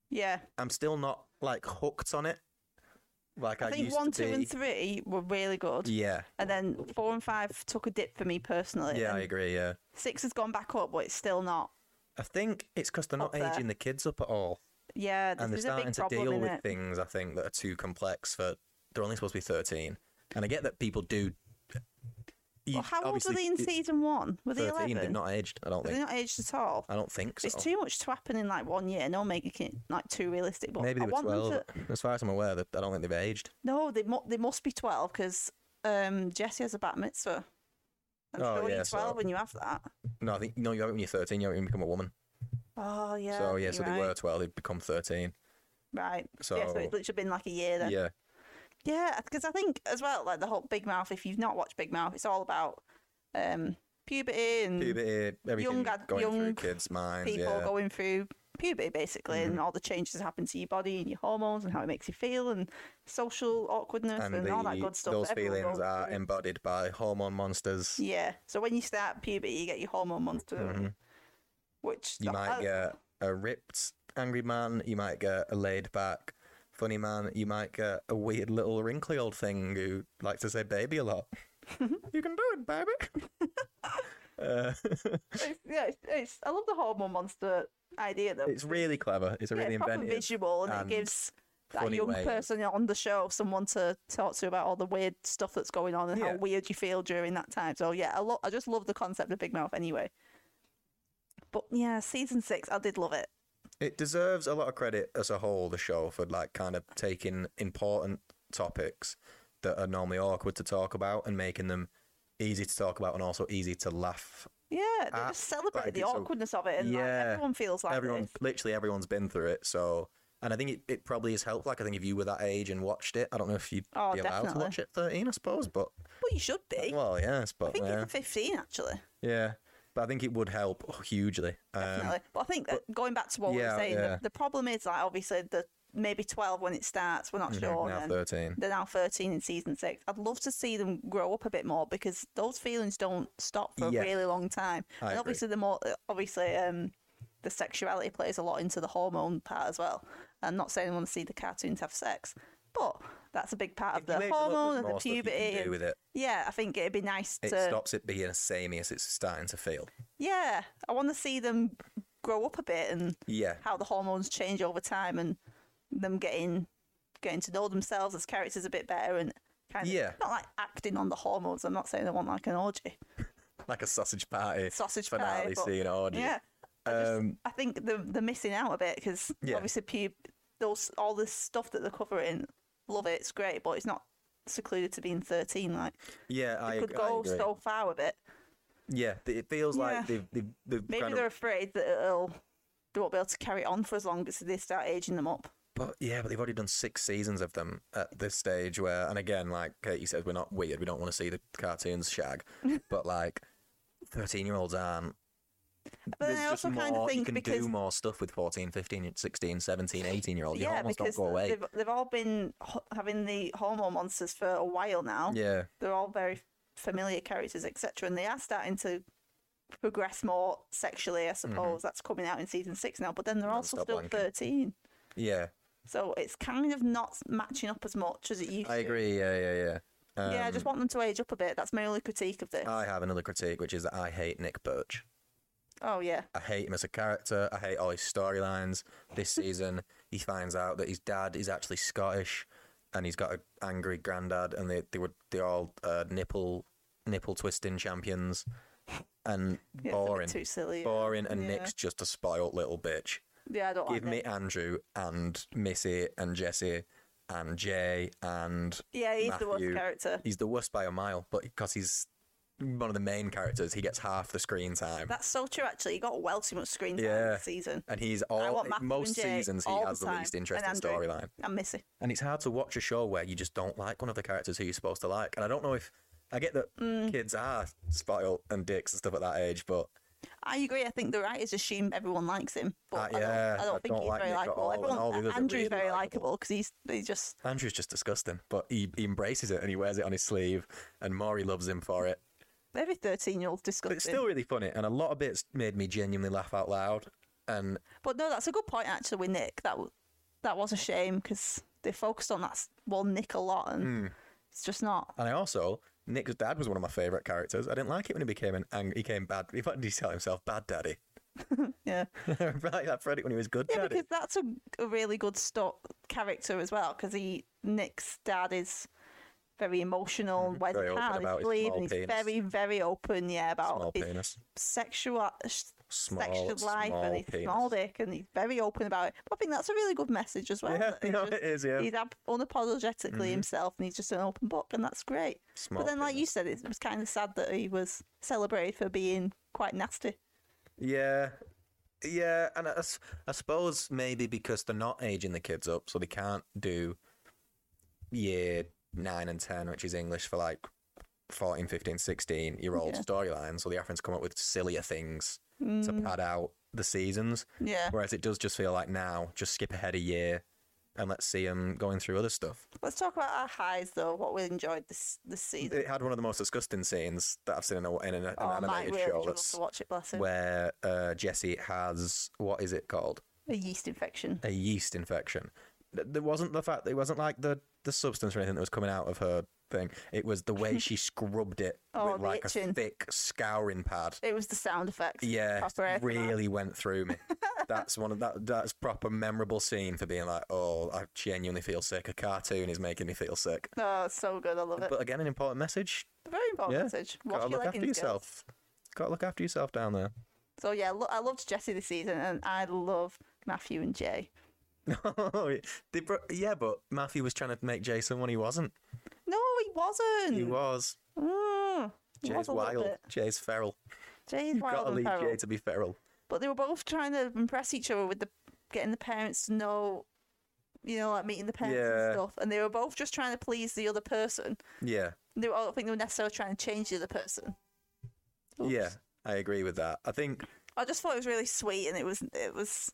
[SPEAKER 2] Yeah.
[SPEAKER 1] I'm still not like hooked on it. Like I,
[SPEAKER 2] I think
[SPEAKER 1] used
[SPEAKER 2] one,
[SPEAKER 1] to
[SPEAKER 2] two,
[SPEAKER 1] be.
[SPEAKER 2] and three were really good.
[SPEAKER 1] Yeah,
[SPEAKER 2] And then four and five took a dip for me personally.
[SPEAKER 1] yeah, I
[SPEAKER 2] and
[SPEAKER 1] agree. Yeah,
[SPEAKER 2] Six has gone back up, but it's still not.
[SPEAKER 1] I think it's because they're not
[SPEAKER 2] Up there.
[SPEAKER 1] aging the kids up at all,
[SPEAKER 2] Yeah,
[SPEAKER 1] and they're
[SPEAKER 2] there's a
[SPEAKER 1] starting
[SPEAKER 2] big
[SPEAKER 1] to
[SPEAKER 2] problem
[SPEAKER 1] deal
[SPEAKER 2] in
[SPEAKER 1] with
[SPEAKER 2] it.
[SPEAKER 1] things. I think that are too complex for. They're only supposed to be thirteen, and I get that people do. You,
[SPEAKER 2] Well, how old were
[SPEAKER 1] obviously,
[SPEAKER 2] they in
[SPEAKER 1] it's
[SPEAKER 2] season one? Were they
[SPEAKER 1] 13,
[SPEAKER 2] 11?
[SPEAKER 1] They've not aged. I don't
[SPEAKER 2] Were they
[SPEAKER 1] think.
[SPEAKER 2] not aged at all?
[SPEAKER 1] I don't think so.
[SPEAKER 2] It's too much to happen in like one year. No making it like too realistic. But
[SPEAKER 1] Maybe
[SPEAKER 2] I
[SPEAKER 1] they were
[SPEAKER 2] want
[SPEAKER 1] twelve.
[SPEAKER 2] Them to...
[SPEAKER 1] As far as I'm aware, that I don't think they've aged.
[SPEAKER 2] No, they mu- they must be twelve because um, Jesse has a bat mitzvah. And
[SPEAKER 1] Oh,
[SPEAKER 2] oh,
[SPEAKER 1] yeah,
[SPEAKER 2] yeah,
[SPEAKER 1] so-
[SPEAKER 2] twelve when you have that.
[SPEAKER 1] No, I think no. You haven't when you're thirteen. You haven't even become a woman.
[SPEAKER 2] Oh yeah.
[SPEAKER 1] so yeah,
[SPEAKER 2] you're
[SPEAKER 1] so
[SPEAKER 2] right.
[SPEAKER 1] they were twelve. They've become thirteen.
[SPEAKER 2] right. yeah, so
[SPEAKER 1] so-
[SPEAKER 2] it's literally been like a year then.
[SPEAKER 1] Yeah,
[SPEAKER 2] Yeah, because I think as well, like the whole Big Mouth. If you've not watched Big Mouth, it's all about um, puberty and
[SPEAKER 1] puberty, everything
[SPEAKER 2] ad-
[SPEAKER 1] going through
[SPEAKER 2] young
[SPEAKER 1] kids' minds.
[SPEAKER 2] people
[SPEAKER 1] Yeah, Mm-hmm.
[SPEAKER 2] going through puberty basically, and all the changes that happen to your body and your hormones and how it makes you feel and social awkwardness and,
[SPEAKER 1] and
[SPEAKER 2] all that
[SPEAKER 1] the,
[SPEAKER 2] good stuff.
[SPEAKER 1] those
[SPEAKER 2] that everyone
[SPEAKER 1] feelings
[SPEAKER 2] goes
[SPEAKER 1] are
[SPEAKER 2] through.
[SPEAKER 1] embodied by hormone monsters.
[SPEAKER 2] Yeah. So when you start puberty, you get your hormone monster, don't you? which
[SPEAKER 1] Mm-hmm. You might
[SPEAKER 2] I-
[SPEAKER 1] get a ripped angry man. You might get a laid back funny man. You might get a weird little wrinkly old thing who likes to say baby a lot. you can do it, baby. uh,
[SPEAKER 2] it's, yeah, it's, it's, I love the hormone monster idea though.
[SPEAKER 1] it's really clever. It's a
[SPEAKER 2] yeah,
[SPEAKER 1] really
[SPEAKER 2] it's proper
[SPEAKER 1] inventive.
[SPEAKER 2] visual, and,
[SPEAKER 1] and
[SPEAKER 2] it gives that
[SPEAKER 1] funny
[SPEAKER 2] young
[SPEAKER 1] ways.
[SPEAKER 2] person on the show someone to talk to about all the weird stuff that's going on and
[SPEAKER 1] Yeah.
[SPEAKER 2] how weird you feel during that time. So yeah, I lo- I just love the concept of Big Mouth anyway. But yeah, season six, I did love it.
[SPEAKER 1] It deserves a lot of credit as a whole, the show, for like kind of taking important topics that are normally awkward to talk about and making them easy to talk about and also easy to laugh.
[SPEAKER 2] Yeah, they
[SPEAKER 1] Ah,
[SPEAKER 2] just celebrate
[SPEAKER 1] like,
[SPEAKER 2] the
[SPEAKER 1] it's a-
[SPEAKER 2] awkwardness of it, and like,
[SPEAKER 1] Yeah,
[SPEAKER 2] everyone feels like
[SPEAKER 1] everyone,
[SPEAKER 2] this.
[SPEAKER 1] literally everyone's been through it. So, and I think it, it probably has helped. Like, I think if you were that age and watched it, I don't know if you'd
[SPEAKER 2] Oh,
[SPEAKER 1] be allowed to
[SPEAKER 2] definitely.
[SPEAKER 1] watch it at 13, I suppose, but
[SPEAKER 2] Well, you should be.
[SPEAKER 1] well, yeah, I suppose.
[SPEAKER 2] I think
[SPEAKER 1] yeah.
[SPEAKER 2] it's 15 actually.
[SPEAKER 1] yeah. But I think it would help hugely. Um,
[SPEAKER 2] definitely. but I think that going back to what we
[SPEAKER 1] yeah,
[SPEAKER 2] were saying,
[SPEAKER 1] yeah.
[SPEAKER 2] the, the problem is like obviously the maybe twelve when it starts, we're not sure.
[SPEAKER 1] Mm, now
[SPEAKER 2] then.
[SPEAKER 1] 13.
[SPEAKER 2] They're now thirteen in season six. I'd love to see them grow up a bit more because those feelings don't stop for
[SPEAKER 1] Yeah.
[SPEAKER 2] a really long time.
[SPEAKER 1] I
[SPEAKER 2] and
[SPEAKER 1] agree.
[SPEAKER 2] obviously the more obviously um the sexuality plays a lot into the hormone part as well. I'm not saying I want to see the cartoons have sex, but that's a big part of
[SPEAKER 1] You
[SPEAKER 2] the
[SPEAKER 1] age a little bit
[SPEAKER 2] hormone and the
[SPEAKER 1] more stuff you can
[SPEAKER 2] puberty.
[SPEAKER 1] do
[SPEAKER 2] and-
[SPEAKER 1] with it.
[SPEAKER 2] yeah, I think it'd be nice
[SPEAKER 1] It
[SPEAKER 2] to
[SPEAKER 1] stops it being as samey as it's starting to feel.
[SPEAKER 2] yeah, I want to see them grow up a bit and
[SPEAKER 1] Yeah.
[SPEAKER 2] how the hormones change over time and them getting getting to know themselves as characters a bit better and kind of
[SPEAKER 1] Yeah.
[SPEAKER 2] not like acting on the hormones. I'm not saying I want like an orgy.
[SPEAKER 1] like a sausage party
[SPEAKER 2] Sausage
[SPEAKER 1] finale
[SPEAKER 2] party, but-
[SPEAKER 1] scene orgy.
[SPEAKER 2] Yeah, I, just,
[SPEAKER 1] Um,
[SPEAKER 2] I think they're, they're missing out a bit because
[SPEAKER 1] Yeah.
[SPEAKER 2] obviously pu- those all this stuff that they're covering, love it, it's great, but it's not secluded to being 13. Like
[SPEAKER 1] yeah, I,
[SPEAKER 2] they could
[SPEAKER 1] ag- I
[SPEAKER 2] go
[SPEAKER 1] agree.
[SPEAKER 2] so far with it.
[SPEAKER 1] Yeah, th- it feels
[SPEAKER 2] Yeah.
[SPEAKER 1] like they've, they've, they've
[SPEAKER 2] Maybe
[SPEAKER 1] kind
[SPEAKER 2] they're
[SPEAKER 1] of,
[SPEAKER 2] afraid that it'll they won't be able to carry it on for as long as they start aging them up.
[SPEAKER 1] but yeah, but they've already done six seasons of them at this stage. Where, and again, like Katie says, we're not weird. We don't want to see the cartoons shag, but like thirteen-year-olds aren't.
[SPEAKER 2] But then
[SPEAKER 1] There's
[SPEAKER 2] I
[SPEAKER 1] just
[SPEAKER 2] also kind
[SPEAKER 1] more-
[SPEAKER 2] of
[SPEAKER 1] you
[SPEAKER 2] think
[SPEAKER 1] can
[SPEAKER 2] because
[SPEAKER 1] do more stuff with 14, 15, 16, 17, 18 year olds. You
[SPEAKER 2] yeah,
[SPEAKER 1] almost
[SPEAKER 2] because
[SPEAKER 1] don't go away.
[SPEAKER 2] They've, they've all been ho- having the hormone monsters for a while now.
[SPEAKER 1] Yeah,
[SPEAKER 2] They're all very familiar characters, etc., and they are starting to progress more sexually. I suppose that's coming out in season six now. But then they're also
[SPEAKER 1] Non-stop
[SPEAKER 2] still
[SPEAKER 1] Mm-hmm. wanking.
[SPEAKER 2] thirteen,
[SPEAKER 1] yeah,
[SPEAKER 2] so it's kind of not matching up as much as it used.
[SPEAKER 1] I
[SPEAKER 2] to.
[SPEAKER 1] agree. Yeah, yeah, yeah. Um, uh,
[SPEAKER 2] yeah, I just want them to age up a bit. That's my only critique of this.
[SPEAKER 1] I have another critique, which is that I hate Nick Birch.
[SPEAKER 2] oh yeah,
[SPEAKER 1] I hate him as a character. I hate all his storylines. This season, he finds out that his dad is actually Scottish, and he's got an angry granddad, and they they were they are all uh, nipple nipple twisting champions, and
[SPEAKER 2] yeah it's a bit
[SPEAKER 1] boring,
[SPEAKER 2] too silly.
[SPEAKER 1] boring, and
[SPEAKER 2] Yeah.
[SPEAKER 1] Nick's just a spoiled little bitch.
[SPEAKER 2] Yeah, I don't
[SPEAKER 1] Give
[SPEAKER 2] like
[SPEAKER 1] me
[SPEAKER 2] it.
[SPEAKER 1] Andrew and Missy and Jesse and Jay and
[SPEAKER 2] Yeah, he's the worst
[SPEAKER 1] Matthew.
[SPEAKER 2] character.
[SPEAKER 1] he's the worst by a mile. But because he's one of the main characters, he gets half the screen time,
[SPEAKER 2] That's so true. Actually, he got well too much screen time
[SPEAKER 1] Yeah.
[SPEAKER 2] this season.
[SPEAKER 1] and he's
[SPEAKER 2] I
[SPEAKER 1] all
[SPEAKER 2] want Matthew
[SPEAKER 1] most
[SPEAKER 2] and Jay
[SPEAKER 1] seasons he
[SPEAKER 2] all
[SPEAKER 1] has the,
[SPEAKER 2] time,
[SPEAKER 1] least
[SPEAKER 2] and
[SPEAKER 1] interesting
[SPEAKER 2] Andrew.
[SPEAKER 1] storyline.
[SPEAKER 2] I'm missing.
[SPEAKER 1] And it's hard to watch a show where you just don't like one of the characters who you're supposed to like. And I don't know if I get that
[SPEAKER 2] Mm.
[SPEAKER 1] kids are spoiled and dicks and stuff at that age, but
[SPEAKER 2] I agree. I think the writers assume everyone likes him,
[SPEAKER 1] Ah,
[SPEAKER 2] but
[SPEAKER 1] yeah,
[SPEAKER 2] I, don't, I
[SPEAKER 1] I
[SPEAKER 2] don't think
[SPEAKER 1] don't
[SPEAKER 2] he's
[SPEAKER 1] like
[SPEAKER 2] very
[SPEAKER 1] Nick at all,
[SPEAKER 2] likable.
[SPEAKER 1] and all the others
[SPEAKER 2] Everyone,
[SPEAKER 1] are
[SPEAKER 2] Andrew's
[SPEAKER 1] really
[SPEAKER 2] very
[SPEAKER 1] likable.
[SPEAKER 2] likable because he's he just
[SPEAKER 1] Andrew's just disgusting. But he, he embraces it and he wears it on his sleeve, and Maury loves him for it.
[SPEAKER 2] every thirteen year old
[SPEAKER 1] But
[SPEAKER 2] disgusting.
[SPEAKER 1] it's still really funny, and a lot of bits made me genuinely laugh out loud. And
[SPEAKER 2] But no, that's a good point actually with Nick. That w- that was a shame because they focused on that s- one Nick a lot, and
[SPEAKER 1] Hmm.
[SPEAKER 2] it's just not.
[SPEAKER 1] and I also Nick's dad was one of my favourite characters. I didn't like it when he became an ang- he came bad. He did he tell himself bad daddy.
[SPEAKER 2] Yeah,
[SPEAKER 1] I like that Freddy when he was good
[SPEAKER 2] yeah,
[SPEAKER 1] daddy.
[SPEAKER 2] because that's a, a really good sto- character as well. Because he Nick's dad is very emotional, and wears
[SPEAKER 1] Mm-hmm. very
[SPEAKER 2] it
[SPEAKER 1] open
[SPEAKER 2] hard,
[SPEAKER 1] about
[SPEAKER 2] his
[SPEAKER 1] his
[SPEAKER 2] sleeve,
[SPEAKER 1] small
[SPEAKER 2] and he's
[SPEAKER 1] penis.
[SPEAKER 2] very very open. Yeah, about
[SPEAKER 1] Small
[SPEAKER 2] his
[SPEAKER 1] penis.
[SPEAKER 2] sexual
[SPEAKER 1] Small-
[SPEAKER 2] sexual life
[SPEAKER 1] small
[SPEAKER 2] and his
[SPEAKER 1] penis.
[SPEAKER 2] small dick and he's very open about it. But I think that's a really good message as well.
[SPEAKER 1] Yeah,
[SPEAKER 2] that he's
[SPEAKER 1] no,
[SPEAKER 2] just-
[SPEAKER 1] it is, yeah. Mm-hmm.
[SPEAKER 2] He's ab- unapologetically himself and he's just an open book and that's great.
[SPEAKER 1] Small
[SPEAKER 2] but then like you
[SPEAKER 1] penis.
[SPEAKER 2] said, it was kinda sad that he was celebrated for being quite nasty.
[SPEAKER 1] Yeah. Yeah, and I, I s- I suppose maybe because they're not aging the kids up, so they can't do year 9 and 10, which is English for like 14, 15, 16 year old
[SPEAKER 2] Yeah.
[SPEAKER 1] storylines. So they often come up with sillier things to pad out the seasons.
[SPEAKER 2] Mm. Yeah.
[SPEAKER 1] Whereas it does just feel like now, just skip ahead a year and let's see them going through other stuff.
[SPEAKER 2] Let's talk about our highs though, what we enjoyed this this season.
[SPEAKER 1] It had one of the most disgusting scenes that I've seen in, a, in an, an
[SPEAKER 2] oh, Mike
[SPEAKER 1] animated
[SPEAKER 2] really
[SPEAKER 1] show
[SPEAKER 2] struggled
[SPEAKER 1] that's
[SPEAKER 2] to watch it, bless him.
[SPEAKER 1] where uh, Jesse has, what is it called?
[SPEAKER 2] A yeast infection.
[SPEAKER 1] a yeast infection. Th- There wasn't the fact it wasn't like the the substance or anything that was coming out of her thing. It was the way she scrubbed it
[SPEAKER 2] Oh,
[SPEAKER 1] with
[SPEAKER 2] the
[SPEAKER 1] like
[SPEAKER 2] itching.
[SPEAKER 1] a thick scouring pad.
[SPEAKER 2] It was the sound effects.
[SPEAKER 1] Yeah,
[SPEAKER 2] Proper ASMR.
[SPEAKER 1] really went through me. that's one of that that's proper memorable scene for being like, oh, I genuinely feel sick. A cartoon is making me feel sick.
[SPEAKER 2] Oh, it's so good. I love it.
[SPEAKER 1] But again, an important message.
[SPEAKER 2] Very important
[SPEAKER 1] yeah,
[SPEAKER 2] message. Wash
[SPEAKER 1] Gotta
[SPEAKER 2] your
[SPEAKER 1] look after
[SPEAKER 2] leggings, girls.
[SPEAKER 1] yourself. Gotta look after yourself down there.
[SPEAKER 2] So yeah, lo- I loved Jesse this season, and I love Matthew and Jay.
[SPEAKER 1] They bro- yeah, but Matthew was trying to make Jason when he wasn't.
[SPEAKER 2] No, he wasn't.
[SPEAKER 1] He was.
[SPEAKER 2] Mm, Hmm. he
[SPEAKER 1] Jay's
[SPEAKER 2] was a little
[SPEAKER 1] wild.
[SPEAKER 2] bit.
[SPEAKER 1] Jay's feral.
[SPEAKER 2] Jay's wild
[SPEAKER 1] Gotta
[SPEAKER 2] and
[SPEAKER 1] leave
[SPEAKER 2] feral.
[SPEAKER 1] Jay to be feral.
[SPEAKER 2] But they were both trying to impress each other with the getting the parents to know, you know, like meeting the parents
[SPEAKER 1] Yeah.
[SPEAKER 2] and stuff. And they were both just trying to please the other person.
[SPEAKER 1] Yeah,
[SPEAKER 2] They were, I don't think they were necessarily trying to change the other person.
[SPEAKER 1] yeah,
[SPEAKER 2] Oops.
[SPEAKER 1] I agree with that. I think
[SPEAKER 2] I just thought it was really sweet, and it was it was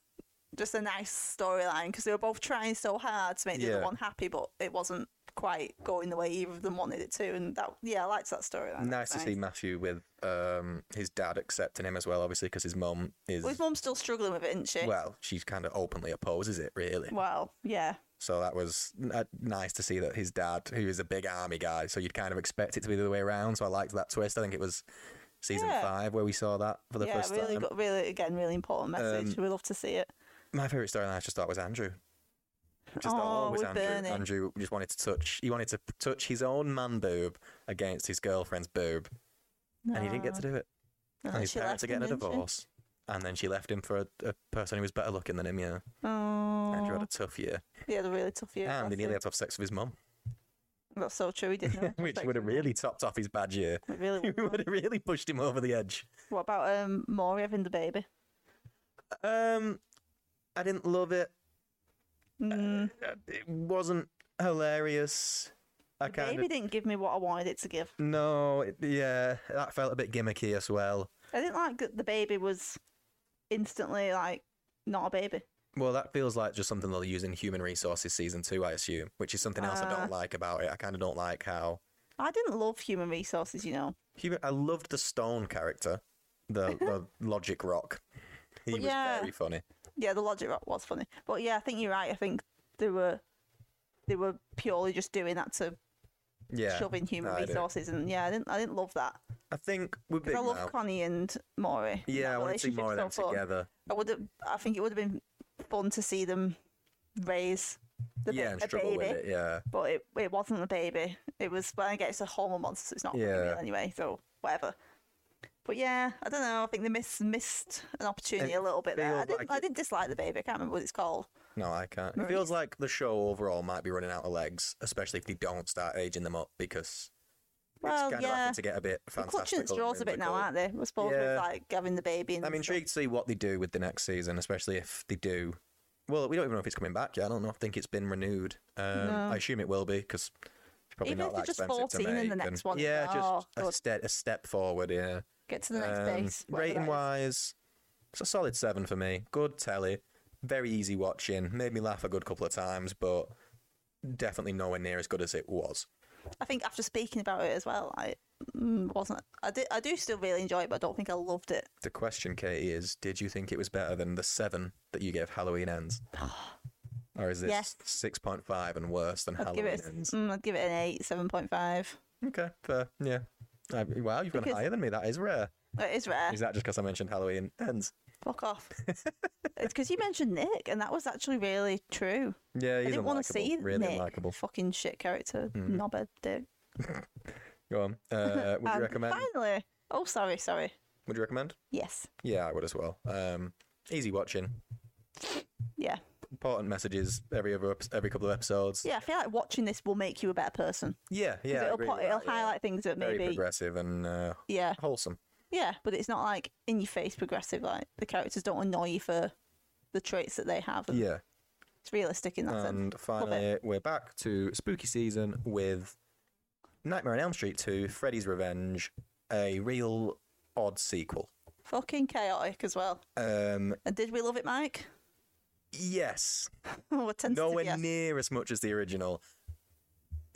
[SPEAKER 2] just a nice storyline because they were both trying so hard to make the
[SPEAKER 1] Yeah.
[SPEAKER 2] other one happy, but it wasn't quite going the way either of them wanted it to. And that, yeah, I liked that storyline. That
[SPEAKER 1] nice
[SPEAKER 2] was
[SPEAKER 1] to see Matthew with um, his dad accepting him as well, obviously, because his mum is
[SPEAKER 2] Well, his mum's still struggling with it, isn't she?
[SPEAKER 1] well, she kind of openly opposes it, really.
[SPEAKER 2] Well, yeah,
[SPEAKER 1] So that was uh, nice to see that his dad, who is a big army guy, so you'd kind of expect it to be the other way around. So I liked that twist. I think it was season
[SPEAKER 2] Yeah.
[SPEAKER 1] five where we saw that for the
[SPEAKER 2] yeah,
[SPEAKER 1] first
[SPEAKER 2] really,
[SPEAKER 1] time. Um,
[SPEAKER 2] good, really, again, really important message. we love to see it.
[SPEAKER 1] My favorite storyline I just thought was Andrew. Just
[SPEAKER 2] Oh,
[SPEAKER 1] always
[SPEAKER 2] with
[SPEAKER 1] Andrew.
[SPEAKER 2] Bernie.
[SPEAKER 1] Andrew just wanted to touch. He wanted to p- touch his own man boob against his girlfriend's boob, and he didn't get to do it.
[SPEAKER 2] No,
[SPEAKER 1] and his
[SPEAKER 2] she
[SPEAKER 1] parents are
[SPEAKER 2] left him,
[SPEAKER 1] getting a
[SPEAKER 2] didn't she?
[SPEAKER 1] divorce. And then she left him for a, a person who was better looking than him. Yeah, Andrew had
[SPEAKER 2] Oh,
[SPEAKER 1] a tough year,
[SPEAKER 2] yeah, the really tough year.
[SPEAKER 1] and he
[SPEAKER 2] bless
[SPEAKER 1] nearly
[SPEAKER 2] him.
[SPEAKER 1] had to have sex with his mum,
[SPEAKER 2] That's so true. He didn't.
[SPEAKER 1] which would have really topped off his bad year.
[SPEAKER 2] It really
[SPEAKER 1] It
[SPEAKER 2] would've.
[SPEAKER 1] would have really pushed him over the edge.
[SPEAKER 2] What about um, Maury having the baby?
[SPEAKER 1] Um, I didn't love it.
[SPEAKER 2] Mm.
[SPEAKER 1] Uh, It wasn't hilarious. I
[SPEAKER 2] The
[SPEAKER 1] kind
[SPEAKER 2] baby
[SPEAKER 1] of
[SPEAKER 2] didn't give me what I wanted it to give.
[SPEAKER 1] no. It, yeah, that felt a bit gimmicky as well.
[SPEAKER 2] I didn't like that the baby was instantly like not a baby.
[SPEAKER 1] Well, that feels like just something they'll use in Human Resources season two, I assume, which is something else I
[SPEAKER 2] Ah.
[SPEAKER 1] don't like about it. I kind of don't like how
[SPEAKER 2] I didn't love human resources, you know.
[SPEAKER 1] Human, I loved the Stone character, the the Logic Rock. He
[SPEAKER 2] Well,
[SPEAKER 1] was
[SPEAKER 2] yeah.
[SPEAKER 1] very funny.
[SPEAKER 2] Yeah, the logic rock was funny, but yeah, I think you're right. I think they were they were purely just doing that to
[SPEAKER 1] Yeah,
[SPEAKER 2] shove in human
[SPEAKER 1] I do.
[SPEAKER 2] resources, and yeah, I didn't I didn't love that
[SPEAKER 1] I think we're big
[SPEAKER 2] because I love
[SPEAKER 1] now.
[SPEAKER 2] Connie and Maury.
[SPEAKER 1] Yeah, I
[SPEAKER 2] That
[SPEAKER 1] want to see
[SPEAKER 2] relationship's
[SPEAKER 1] more of them
[SPEAKER 2] so fun.
[SPEAKER 1] together.
[SPEAKER 2] I would have. I think it would have been fun to see them raise the ba-
[SPEAKER 1] yeah, and
[SPEAKER 2] a
[SPEAKER 1] struggle
[SPEAKER 2] baby.
[SPEAKER 1] with it. Yeah,
[SPEAKER 2] but it, it wasn't a baby. It was, well, I guess it's a hormone monster, so it's not
[SPEAKER 1] Yeah.
[SPEAKER 2] real anyway, so whatever. But yeah, I don't know. I think they missed missed an opportunity
[SPEAKER 1] It
[SPEAKER 2] a little bit there. I
[SPEAKER 1] feels
[SPEAKER 2] didn't
[SPEAKER 1] like
[SPEAKER 2] I didn't dislike the baby. I can't remember what it's called.
[SPEAKER 1] No, I can't. It feels like the show overall might be running out of legs, especially if they don't start aging them up because
[SPEAKER 2] Well,
[SPEAKER 1] it's kind of
[SPEAKER 2] yeah.
[SPEAKER 1] happened to get a bit
[SPEAKER 2] They're clutching at
[SPEAKER 1] fantastic.
[SPEAKER 2] straws a bit now, aren't they? We're supposed to
[SPEAKER 1] Yeah.
[SPEAKER 2] be like having the baby. And
[SPEAKER 1] I'm intrigued to see what they do with the next season, especially if they do. Well, we don't even know if it's coming back yet. I don't know. I think it's been renewed. Um,
[SPEAKER 2] No.
[SPEAKER 1] I assume it will be because it's probably
[SPEAKER 2] Even
[SPEAKER 1] not
[SPEAKER 2] if
[SPEAKER 1] that
[SPEAKER 2] they're just
[SPEAKER 1] expensive to
[SPEAKER 2] 14 in the
[SPEAKER 1] make,
[SPEAKER 2] next
[SPEAKER 1] and-
[SPEAKER 2] one,
[SPEAKER 1] Yeah,
[SPEAKER 2] oh,
[SPEAKER 1] just a
[SPEAKER 2] good.
[SPEAKER 1] step, a step forward. Yeah.
[SPEAKER 2] Get to the next
[SPEAKER 1] Um,
[SPEAKER 2] base. whatever that
[SPEAKER 1] rating
[SPEAKER 2] is.
[SPEAKER 1] wise, it's a solid seven for me. Good telly, very easy watching. Made me laugh a good couple of times, but definitely nowhere near as good as it was.
[SPEAKER 2] I think after speaking about it as well, I mm, wasn't. I did. I do still really enjoy it, but I don't think I loved it.
[SPEAKER 1] The question, Katie, is: Did you think it was better than the seven that you gave Halloween Ends, or is this
[SPEAKER 2] Ah. Yes.
[SPEAKER 1] six point five and worse than
[SPEAKER 2] I'd give
[SPEAKER 1] Halloween
[SPEAKER 2] it. a-
[SPEAKER 1] Ends?
[SPEAKER 2] Mm, I'd give it an eight, seven point five.
[SPEAKER 1] Okay, fair. Yeah. I, wow, you've gone
[SPEAKER 2] Because-
[SPEAKER 1] higher than me. That is rare.
[SPEAKER 2] It is rare.
[SPEAKER 1] Is that just because I mentioned Halloween Ends?
[SPEAKER 2] Fuck off. it's because you mentioned Nick, and that was actually really true.
[SPEAKER 1] Yeah, he's
[SPEAKER 2] I didn't want to
[SPEAKER 1] unlikable,
[SPEAKER 2] see
[SPEAKER 1] really
[SPEAKER 2] Nick.
[SPEAKER 1] unlikable. Mm-hmm.
[SPEAKER 2] Fucking shit character, knobhead dick.
[SPEAKER 1] Go on. Uh, would you
[SPEAKER 2] And
[SPEAKER 1] recommend?
[SPEAKER 2] Finally. Oh, sorry, sorry.
[SPEAKER 1] Would you recommend?
[SPEAKER 2] Yes.
[SPEAKER 1] Yeah, I would as well. Um, easy watching.
[SPEAKER 2] Yeah.
[SPEAKER 1] Important messages every other ep- every couple of episodes.
[SPEAKER 2] Yeah. I feel like watching this will make you a better person.
[SPEAKER 1] yeah, yeah.
[SPEAKER 2] 'Cause
[SPEAKER 1] I
[SPEAKER 2] it'll
[SPEAKER 1] agree
[SPEAKER 2] po-
[SPEAKER 1] with
[SPEAKER 2] it'll
[SPEAKER 1] that, yeah.
[SPEAKER 2] highlight things that
[SPEAKER 1] Very
[SPEAKER 2] maybe.
[SPEAKER 1] progressive and uh,
[SPEAKER 2] Yeah.
[SPEAKER 1] wholesome.
[SPEAKER 2] Yeah, but it's not like in your face progressive. Like the characters don't annoy you for the traits that they have.
[SPEAKER 1] Yeah. Um,
[SPEAKER 2] It's realistic in that sense.
[SPEAKER 1] And finally, we're back to spooky season with Nightmare on Elm Street 2, Freddy's Revenge, a real odd sequel.
[SPEAKER 2] Fucking chaotic as well.
[SPEAKER 1] Um,
[SPEAKER 2] And did we love it, Mike?
[SPEAKER 1] yes,
[SPEAKER 2] We're tentative,
[SPEAKER 1] nowhere
[SPEAKER 2] yes.
[SPEAKER 1] near as much as the original.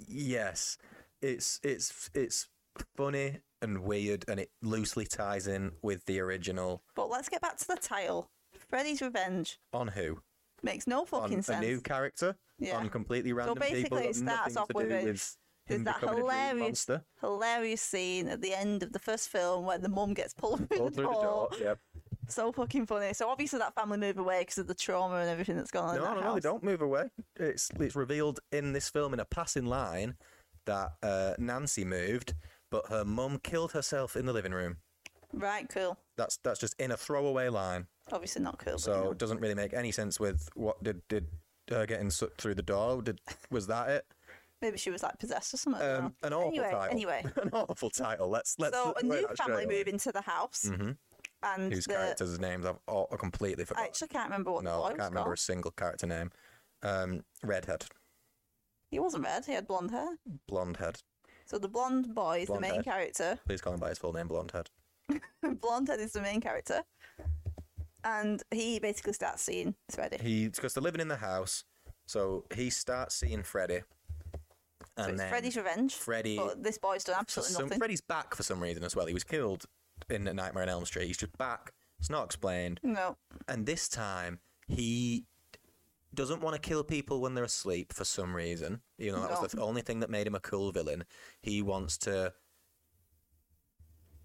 [SPEAKER 1] Yes, it's it's it's funny and weird, and it loosely ties in with the original.
[SPEAKER 2] But let's get back to the title. Freddy's Revenge
[SPEAKER 1] On who?
[SPEAKER 2] makes no fucking
[SPEAKER 1] on
[SPEAKER 2] sense.
[SPEAKER 1] a new character.
[SPEAKER 2] Yeah.
[SPEAKER 1] On completely random people.
[SPEAKER 2] basically it
[SPEAKER 1] got
[SPEAKER 2] starts
[SPEAKER 1] nothing
[SPEAKER 2] off
[SPEAKER 1] to
[SPEAKER 2] with
[SPEAKER 1] do
[SPEAKER 2] a-
[SPEAKER 1] with
[SPEAKER 2] there's
[SPEAKER 1] him
[SPEAKER 2] that
[SPEAKER 1] becoming a dream
[SPEAKER 2] hilarious-
[SPEAKER 1] monster.
[SPEAKER 2] Hilarious scene at the end of the first film where the mum gets pulled through,
[SPEAKER 1] Pulled
[SPEAKER 2] the,
[SPEAKER 1] through the
[SPEAKER 2] door.
[SPEAKER 1] door. Yep.
[SPEAKER 2] So fucking funny. So obviously that family move away because of the trauma and everything that's gone on. in
[SPEAKER 1] No,
[SPEAKER 2] that
[SPEAKER 1] no, no,
[SPEAKER 2] house.
[SPEAKER 1] they don't move away. It's it's revealed in this film in a passing line that uh, Nancy moved, but her mum killed herself in the living room.
[SPEAKER 2] Right, cool.
[SPEAKER 1] That's that's just in a throwaway line.
[SPEAKER 2] Obviously not cool. but you
[SPEAKER 1] So
[SPEAKER 2] know.
[SPEAKER 1] it doesn't really make any sense with what did did her getting sucked through the door. Did was that it?
[SPEAKER 2] maybe she was like possessed or something. I don't
[SPEAKER 1] Um,
[SPEAKER 2] know.
[SPEAKER 1] an awful
[SPEAKER 2] anyway,
[SPEAKER 1] title.
[SPEAKER 2] Anyway,
[SPEAKER 1] an awful title. Let's let's.
[SPEAKER 2] so a
[SPEAKER 1] wait,
[SPEAKER 2] new
[SPEAKER 1] that's
[SPEAKER 2] family
[SPEAKER 1] straight Mm-hmm.
[SPEAKER 2] move into the house, and
[SPEAKER 1] Whose
[SPEAKER 2] the,
[SPEAKER 1] characters' names I've all, I completely
[SPEAKER 2] I
[SPEAKER 1] forgotten.
[SPEAKER 2] actually can't remember what the
[SPEAKER 1] No,
[SPEAKER 2] boy
[SPEAKER 1] I can't
[SPEAKER 2] was
[SPEAKER 1] remember a
[SPEAKER 2] called.
[SPEAKER 1] single character name. Um, redhead,
[SPEAKER 2] He wasn't red. He had blonde hair.
[SPEAKER 1] blonde head.
[SPEAKER 2] So the blonde boy is
[SPEAKER 1] Blonde
[SPEAKER 2] the main
[SPEAKER 1] head.
[SPEAKER 2] character.
[SPEAKER 1] Please call him by his full name, blonde head.
[SPEAKER 2] blonde head is the main character, and he basically starts seeing Freddy.
[SPEAKER 1] He because they're living in the house, so he starts seeing Freddy, and
[SPEAKER 2] So it's
[SPEAKER 1] then
[SPEAKER 2] Freddy's revenge.
[SPEAKER 1] Freddy-
[SPEAKER 2] But this boy's done
[SPEAKER 1] for
[SPEAKER 2] absolutely
[SPEAKER 1] some,
[SPEAKER 2] nothing.
[SPEAKER 1] Freddy's back for some reason as well. He was killed in A Nightmare on Elm Street. He's just back. It's not explained.
[SPEAKER 2] No.
[SPEAKER 1] And this time he doesn't want to kill people when they're asleep for some reason. You know, that was the th- only thing that made him a cool villain. He wants to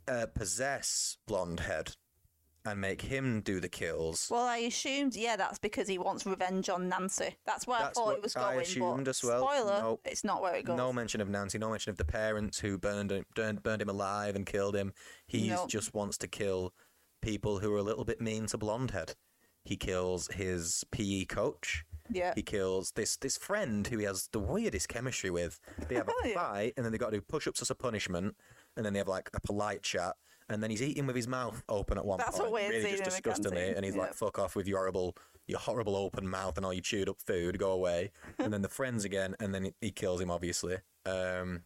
[SPEAKER 1] uh, possess Blonde Head and make him do the kills.
[SPEAKER 2] Well, I assumed, yeah, that's because he wants revenge on Nancy. That's where
[SPEAKER 1] That's
[SPEAKER 2] I thought
[SPEAKER 1] what
[SPEAKER 2] it was
[SPEAKER 1] I
[SPEAKER 2] going. but
[SPEAKER 1] assumed as well.
[SPEAKER 2] Spoiler:
[SPEAKER 1] Nope.
[SPEAKER 2] it's not where it goes.
[SPEAKER 1] no mention of Nancy, no mention of the parents who burned him, burned, burned him alive and killed him. He
[SPEAKER 2] Nope.
[SPEAKER 1] just wants to kill people who are a little bit mean to Blonde Head. He kills his PE coach.
[SPEAKER 2] Yeah.
[SPEAKER 1] he kills this this friend who he has the weirdest chemistry with. They have a
[SPEAKER 2] Oh, Yeah.
[SPEAKER 1] fight, and then they got to do push ups as a punishment, and then they have like a polite chat, and then he's eating with his mouth open at one
[SPEAKER 2] That's a
[SPEAKER 1] point,
[SPEAKER 2] weird
[SPEAKER 1] really
[SPEAKER 2] scene in
[SPEAKER 1] just
[SPEAKER 2] the
[SPEAKER 1] disgustingly,
[SPEAKER 2] canteen,
[SPEAKER 1] and he's like,
[SPEAKER 2] yeah.
[SPEAKER 1] "Fuck off with your horrible, your horrible open mouth and all your chewed up food, go away." and then the friends again, and then he, he kills him obviously. Um,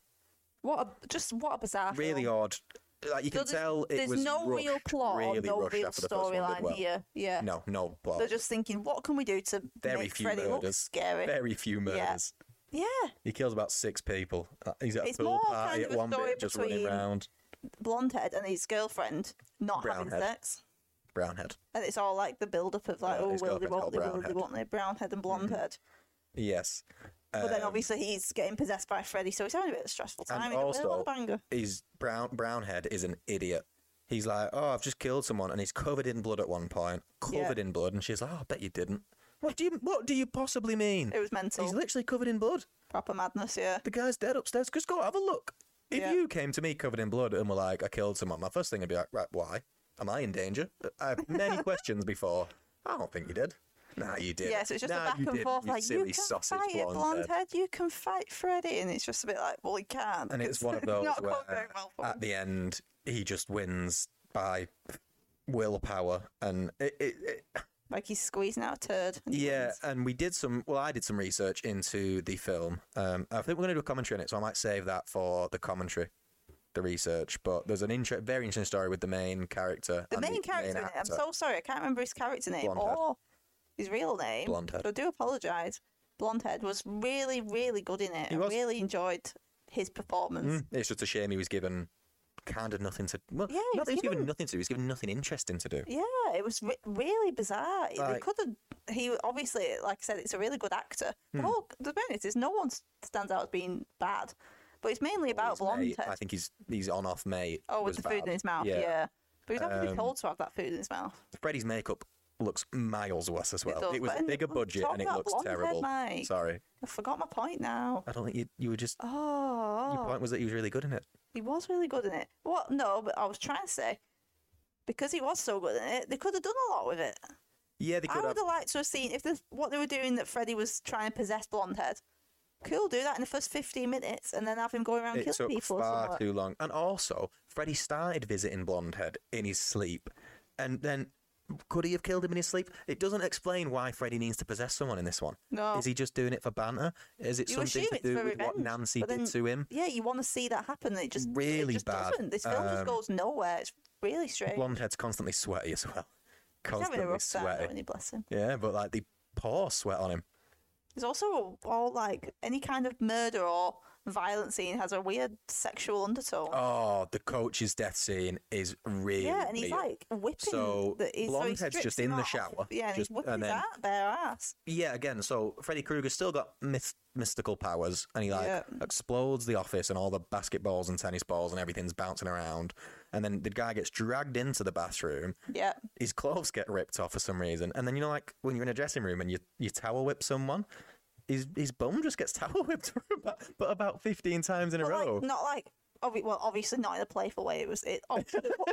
[SPEAKER 2] What a just what a bizarre.
[SPEAKER 1] really
[SPEAKER 2] film.
[SPEAKER 1] odd. Like you
[SPEAKER 2] So
[SPEAKER 1] can tell, it
[SPEAKER 2] there's
[SPEAKER 1] was
[SPEAKER 2] no real
[SPEAKER 1] rushed,
[SPEAKER 2] plot or
[SPEAKER 1] really
[SPEAKER 2] no
[SPEAKER 1] rushed
[SPEAKER 2] real
[SPEAKER 1] after the first one did
[SPEAKER 2] storyline
[SPEAKER 1] well.
[SPEAKER 2] here. Yeah.
[SPEAKER 1] No, no plot.
[SPEAKER 2] They're just thinking, what can we do to
[SPEAKER 1] very
[SPEAKER 2] make
[SPEAKER 1] few
[SPEAKER 2] Freddy look
[SPEAKER 1] murders.
[SPEAKER 2] scary?
[SPEAKER 1] Very few murders.
[SPEAKER 2] Yeah,
[SPEAKER 1] He kills about six people. Uh, He's at a
[SPEAKER 2] It's
[SPEAKER 1] pool
[SPEAKER 2] more
[SPEAKER 1] party
[SPEAKER 2] kind of
[SPEAKER 1] at
[SPEAKER 2] a
[SPEAKER 1] one
[SPEAKER 2] story
[SPEAKER 1] bit, just running
[SPEAKER 2] between-
[SPEAKER 1] around.
[SPEAKER 2] blonde head and his girlfriend not
[SPEAKER 1] Brown
[SPEAKER 2] having
[SPEAKER 1] head.
[SPEAKER 2] sex,
[SPEAKER 1] Brownhead.
[SPEAKER 2] and it's all like the build up of like,
[SPEAKER 1] Uh,
[SPEAKER 2] oh,
[SPEAKER 1] his
[SPEAKER 2] will they,
[SPEAKER 1] girlfriend's
[SPEAKER 2] won't
[SPEAKER 1] called
[SPEAKER 2] they, will
[SPEAKER 1] Brown
[SPEAKER 2] they,
[SPEAKER 1] Head.
[SPEAKER 2] won't they? Brown head and blonde head.
[SPEAKER 1] Yes.
[SPEAKER 2] But then
[SPEAKER 1] Um,
[SPEAKER 2] obviously he's getting possessed by Freddy, so he's having a bit of a stressful
[SPEAKER 1] and
[SPEAKER 2] time. He's like, "Well,
[SPEAKER 1] also-
[SPEAKER 2] what a banger.
[SPEAKER 1] He's brown. Brownhead is an idiot. He's like, oh, I've just killed someone, and he's covered in blood at one point,
[SPEAKER 2] Yeah.
[SPEAKER 1] covered in blood, and she's like, oh, I bet you didn't. What do you? What do you possibly mean?
[SPEAKER 2] It was mental,
[SPEAKER 1] He's literally covered in blood.
[SPEAKER 2] proper madness. Yeah,
[SPEAKER 1] The guy's dead upstairs. Just go have a look. If
[SPEAKER 2] Yeah.
[SPEAKER 1] you came to me covered in blood and were like, I killed someone, my first thing would be like, right, why? Am I in danger? I have many questions before. I don't think you did. Nah, you did.
[SPEAKER 2] Yeah, so it's just
[SPEAKER 1] nah,
[SPEAKER 2] a back
[SPEAKER 1] you
[SPEAKER 2] and
[SPEAKER 1] didn't,
[SPEAKER 2] forth
[SPEAKER 1] you
[SPEAKER 2] like you
[SPEAKER 1] silly
[SPEAKER 2] can
[SPEAKER 1] sausage
[SPEAKER 2] fight it,
[SPEAKER 1] blonde
[SPEAKER 2] blonde
[SPEAKER 1] head."
[SPEAKER 2] head. You can fight Freddy, and it's just a bit like, well, he can't.
[SPEAKER 1] And it's one of those
[SPEAKER 2] not quite
[SPEAKER 1] where
[SPEAKER 2] going well for
[SPEAKER 1] at
[SPEAKER 2] him.
[SPEAKER 1] the end he just wins by willpower, and it, it, it
[SPEAKER 2] like he's squeezing out a turd. and he
[SPEAKER 1] yeah.
[SPEAKER 2] wins.
[SPEAKER 1] And we did some. Well, I did some research into the film. Um, I think we're going to do a commentary on it, so I might save that for the commentary, the research. But there's an inter- very interesting story with the main character.
[SPEAKER 2] the
[SPEAKER 1] and
[SPEAKER 2] main character. in it, I'm
[SPEAKER 1] actor.
[SPEAKER 2] so sorry, I can't remember his character name
[SPEAKER 1] Blonde head.
[SPEAKER 2] or his real name.
[SPEAKER 1] Blonde head.
[SPEAKER 2] So I do apologise. Blonde head was really, really good in it.
[SPEAKER 1] He
[SPEAKER 2] I
[SPEAKER 1] was.
[SPEAKER 2] really enjoyed his performance.
[SPEAKER 1] Mm, It's just a shame he was given kind of nothing to. Well,
[SPEAKER 2] Yeah, he
[SPEAKER 1] not
[SPEAKER 2] was
[SPEAKER 1] that he was given
[SPEAKER 2] given-
[SPEAKER 1] nothing to. do, He was given nothing interesting to do.
[SPEAKER 2] Yeah, it was re- really bizarre. they
[SPEAKER 1] Like-
[SPEAKER 2] could have. He obviously, like I said, it's a really good actor.
[SPEAKER 1] Hmm.
[SPEAKER 2] The whole the benefit is no one s- stands out as being bad, but it's mainly about
[SPEAKER 1] His mate,
[SPEAKER 2] blonde
[SPEAKER 1] I
[SPEAKER 2] head.
[SPEAKER 1] think he's he's on off mate.
[SPEAKER 2] Oh, with
[SPEAKER 1] was
[SPEAKER 2] the food in
[SPEAKER 1] bad.
[SPEAKER 2] his mouth. Yeah, but he's not going to
[SPEAKER 1] Um,
[SPEAKER 2] be told to have that food in his mouth.
[SPEAKER 1] Freddie's makeup looks miles worse as well. It,
[SPEAKER 2] does,
[SPEAKER 1] was
[SPEAKER 2] but
[SPEAKER 1] a
[SPEAKER 2] then
[SPEAKER 1] bigger
[SPEAKER 2] we're
[SPEAKER 1] budget and
[SPEAKER 2] talking
[SPEAKER 1] it
[SPEAKER 2] about
[SPEAKER 1] looks
[SPEAKER 2] blonde hair,
[SPEAKER 1] terrible.
[SPEAKER 2] Mike.
[SPEAKER 1] Sorry,
[SPEAKER 2] I forgot my point now.
[SPEAKER 1] I don't think you you were just.
[SPEAKER 2] Oh,
[SPEAKER 1] Your point was that he was really good in it.
[SPEAKER 2] He was really good in it. Well, no, but I was trying to say because he was so good in it, they could have done a lot with it.
[SPEAKER 1] Yeah, they
[SPEAKER 2] I
[SPEAKER 1] could
[SPEAKER 2] would
[SPEAKER 1] have.
[SPEAKER 2] have liked to have seen if this, what they were doing that Freddy was trying to possess Blondehead. Cool, do that in the first 15 minutes and then have him going around
[SPEAKER 1] It
[SPEAKER 2] killing
[SPEAKER 1] took
[SPEAKER 2] people. or
[SPEAKER 1] far
[SPEAKER 2] something.
[SPEAKER 1] too long. And also, Freddie started visiting Blondehead in his sleep, and then could he have killed him in his sleep? It doesn't explain why Freddie needs to possess someone in this one.
[SPEAKER 2] No.
[SPEAKER 1] Is he just doing it for banter? Is it
[SPEAKER 2] You
[SPEAKER 1] something
[SPEAKER 2] assume
[SPEAKER 1] to
[SPEAKER 2] it's
[SPEAKER 1] do
[SPEAKER 2] for
[SPEAKER 1] with what
[SPEAKER 2] revenge,
[SPEAKER 1] Nancy
[SPEAKER 2] but
[SPEAKER 1] did
[SPEAKER 2] then-
[SPEAKER 1] to him?
[SPEAKER 2] Yeah, you want to see that happen. It just it
[SPEAKER 1] Really
[SPEAKER 2] just
[SPEAKER 1] bad.
[SPEAKER 2] Doesn't. This film
[SPEAKER 1] Um,
[SPEAKER 2] just goes nowhere. It's really strange.
[SPEAKER 1] Blondehead's constantly sweaty as well.
[SPEAKER 2] He's having
[SPEAKER 1] Constantly
[SPEAKER 2] a rough time,
[SPEAKER 1] sweaty.
[SPEAKER 2] though, and he bless him.
[SPEAKER 1] Yeah, but like they pour sweat on him.
[SPEAKER 2] There's also all like any kind of murder or violent scene has a weird sexual undertone.
[SPEAKER 1] Oh, the coach's death scene is really
[SPEAKER 2] yeah, and he's
[SPEAKER 1] real.
[SPEAKER 2] like whipping.
[SPEAKER 1] So,
[SPEAKER 2] the, he's, so he
[SPEAKER 1] Blondehead's
[SPEAKER 2] strips
[SPEAKER 1] just
[SPEAKER 2] him
[SPEAKER 1] in the
[SPEAKER 2] off.
[SPEAKER 1] shower,
[SPEAKER 2] Yeah,
[SPEAKER 1] just-
[SPEAKER 2] and he's whipping
[SPEAKER 1] and
[SPEAKER 2] his
[SPEAKER 1] then-
[SPEAKER 2] out bare ass.
[SPEAKER 1] yeah, again, so Freddy Krueger's still got myth- mystical powers, and he like
[SPEAKER 2] Yeah.
[SPEAKER 1] explodes the office, and all the basketballs and tennis balls and everything's bouncing around, and then the guy gets dragged into the bathroom.
[SPEAKER 2] Yeah,
[SPEAKER 1] His clothes get ripped off for some reason, and then you know, like when you're in a dressing room and you you towel whip someone, his his bum just gets towel whipped, for about, but about fifteen times in a
[SPEAKER 2] but
[SPEAKER 1] row.
[SPEAKER 2] like not like obvi- well, obviously not in a playful way. It was it. Oh,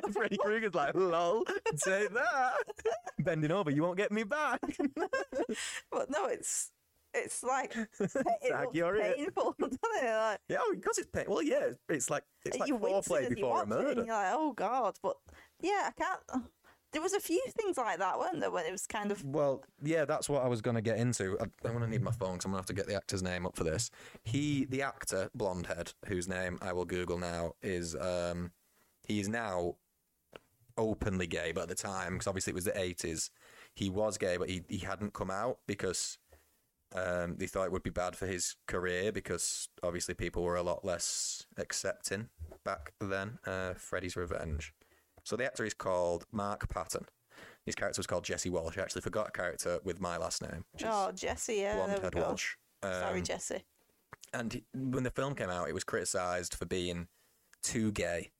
[SPEAKER 1] And Freddy Krueger's like, lol, take that. Bending over, you won't get me back.
[SPEAKER 2] but no, it's it's like it's
[SPEAKER 1] Zach, you're it.
[SPEAKER 2] painful, doesn't it? Like,
[SPEAKER 1] yeah, oh, because it's pain. Well, yeah, it's like it's like
[SPEAKER 2] you wince
[SPEAKER 1] foreplay
[SPEAKER 2] as you
[SPEAKER 1] before
[SPEAKER 2] watch
[SPEAKER 1] a
[SPEAKER 2] it, and
[SPEAKER 1] murder.
[SPEAKER 2] You're like, oh god, but yeah, I can't. There was a few things like that, weren't there? When it was kind of
[SPEAKER 1] Well, yeah, that's what I was going to get into. I, I'm going to need my phone because I'm going to have to get the actor's name up for this. He, the actor, blonde head, whose name I will Google now, is um, he's now openly gay, but at the time, because obviously it was the 80s, he was gay, but he, he hadn't come out because um, they thought it would be bad for his career because obviously people were a lot less accepting back then. Uh, Freddy's Revenge. So the actor is called Mark Patton. His character was called Jesse Walsh. I actually forgot a character with my last name, which is
[SPEAKER 2] oh Jesse, yeah, there
[SPEAKER 1] Blonde
[SPEAKER 2] we
[SPEAKER 1] Head
[SPEAKER 2] go.
[SPEAKER 1] Walsh.
[SPEAKER 2] Sorry,
[SPEAKER 1] Um,
[SPEAKER 2] Jesse.
[SPEAKER 1] and he- when the film came out, it was criticised for being too gay.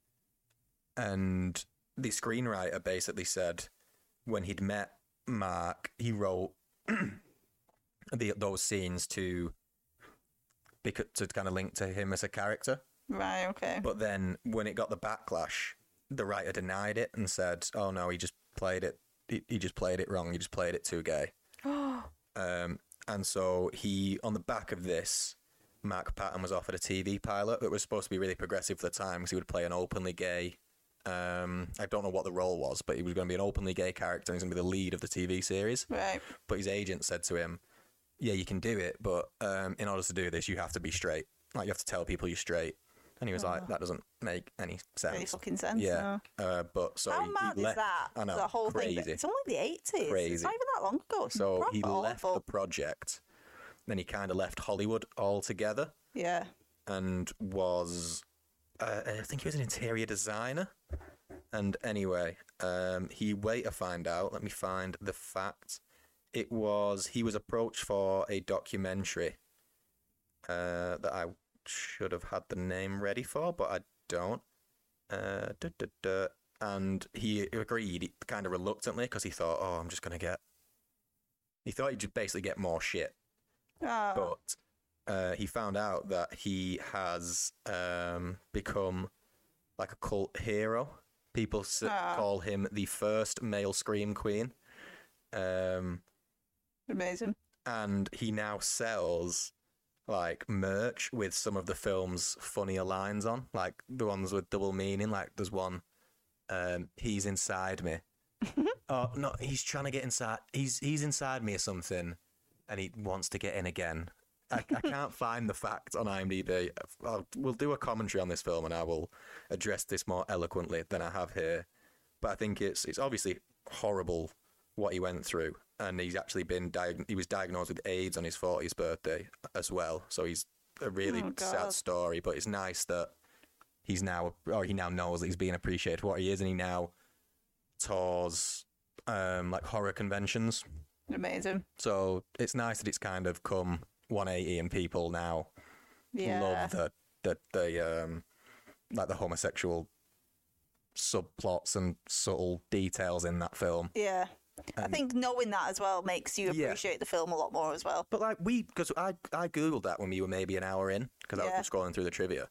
[SPEAKER 1] And the screenwriter basically said when he'd met Mark, he wrote the, those scenes to because, to kind of link to him as a character.
[SPEAKER 2] Right, okay.
[SPEAKER 1] But then when it got the backlash, the writer denied it and said, "Oh no, he just played it. He, he just played it wrong. He just played it too gay." um, and so he, on the back of this, Mark Patton was offered a TV pilot that was supposed to be really progressive for the time because he would play an openly gay. Um, I don't know what the role was, but he was going to be an openly gay character. and He's going to be the lead of the TV series
[SPEAKER 2] Right.
[SPEAKER 1] but his agent said to him, "Yeah, you can do it, but um, in order to do this, you have to be straight. Like you have to tell people you're straight." And he was like, "That doesn't make any sense."
[SPEAKER 2] Oh. Any fucking sense?
[SPEAKER 1] yeah,
[SPEAKER 2] no.
[SPEAKER 1] uh, but so
[SPEAKER 2] How
[SPEAKER 1] he,
[SPEAKER 2] mad
[SPEAKER 1] he left.
[SPEAKER 2] is that?
[SPEAKER 1] I know,
[SPEAKER 2] the whole
[SPEAKER 1] crazy.
[SPEAKER 2] thing. It's only the eighties. It's
[SPEAKER 1] Crazy.
[SPEAKER 2] not even that long ago. It's
[SPEAKER 1] So he
[SPEAKER 2] proper
[SPEAKER 1] left
[SPEAKER 2] awful.
[SPEAKER 1] the project. Then he kind of left Hollywood altogether
[SPEAKER 2] Yeah.
[SPEAKER 1] and was, uh, I think he was an interior designer. And anyway, um, he wait to find out. Let me find the fact. It was he was approached for a documentary uh, that I should have had the name ready for, but I don't. Uh, duh, duh, duh. And he agreed kind of reluctantly because he thought, oh, I'm just going to get. He thought he'd just basically get more shit
[SPEAKER 2] Oh,
[SPEAKER 1] but uh, he found out that he has um, become like a cult hero. People s- call him the first male scream queen, um,
[SPEAKER 2] Amazing.
[SPEAKER 1] and he now sells like merch with some of the film's funnier lines on, like the ones with double meaning. Like there's one, um, he's inside me. oh no, he's trying to get inside. He's he's inside me or something, and he wants to get in again. I, I can't find the fact on IMDb. I'll, we'll do a commentary on this film, and I will address this more eloquently than I have here. But I think it's it's obviously horrible what he went through, and he's actually been diag- he was diagnosed with AIDS on his 40th birthday as well. So he's a really
[SPEAKER 2] Oh,
[SPEAKER 1] sad
[SPEAKER 2] God.
[SPEAKER 1] story. But it's nice that he's now or he now knows that he's being appreciated for what he is, and he now tours um, like horror conventions.
[SPEAKER 2] Amazing.
[SPEAKER 1] So it's nice that it's kind of come 180 and people now
[SPEAKER 2] Yeah.
[SPEAKER 1] love the the the um like the homosexual subplots and subtle details in that film.
[SPEAKER 2] Yeah. I think knowing that as well makes you
[SPEAKER 1] Yeah.
[SPEAKER 2] appreciate the film a lot more as well.
[SPEAKER 1] But like we, because I I googled that when we were maybe an hour in because I
[SPEAKER 2] Yeah.
[SPEAKER 1] was just scrolling through the trivia.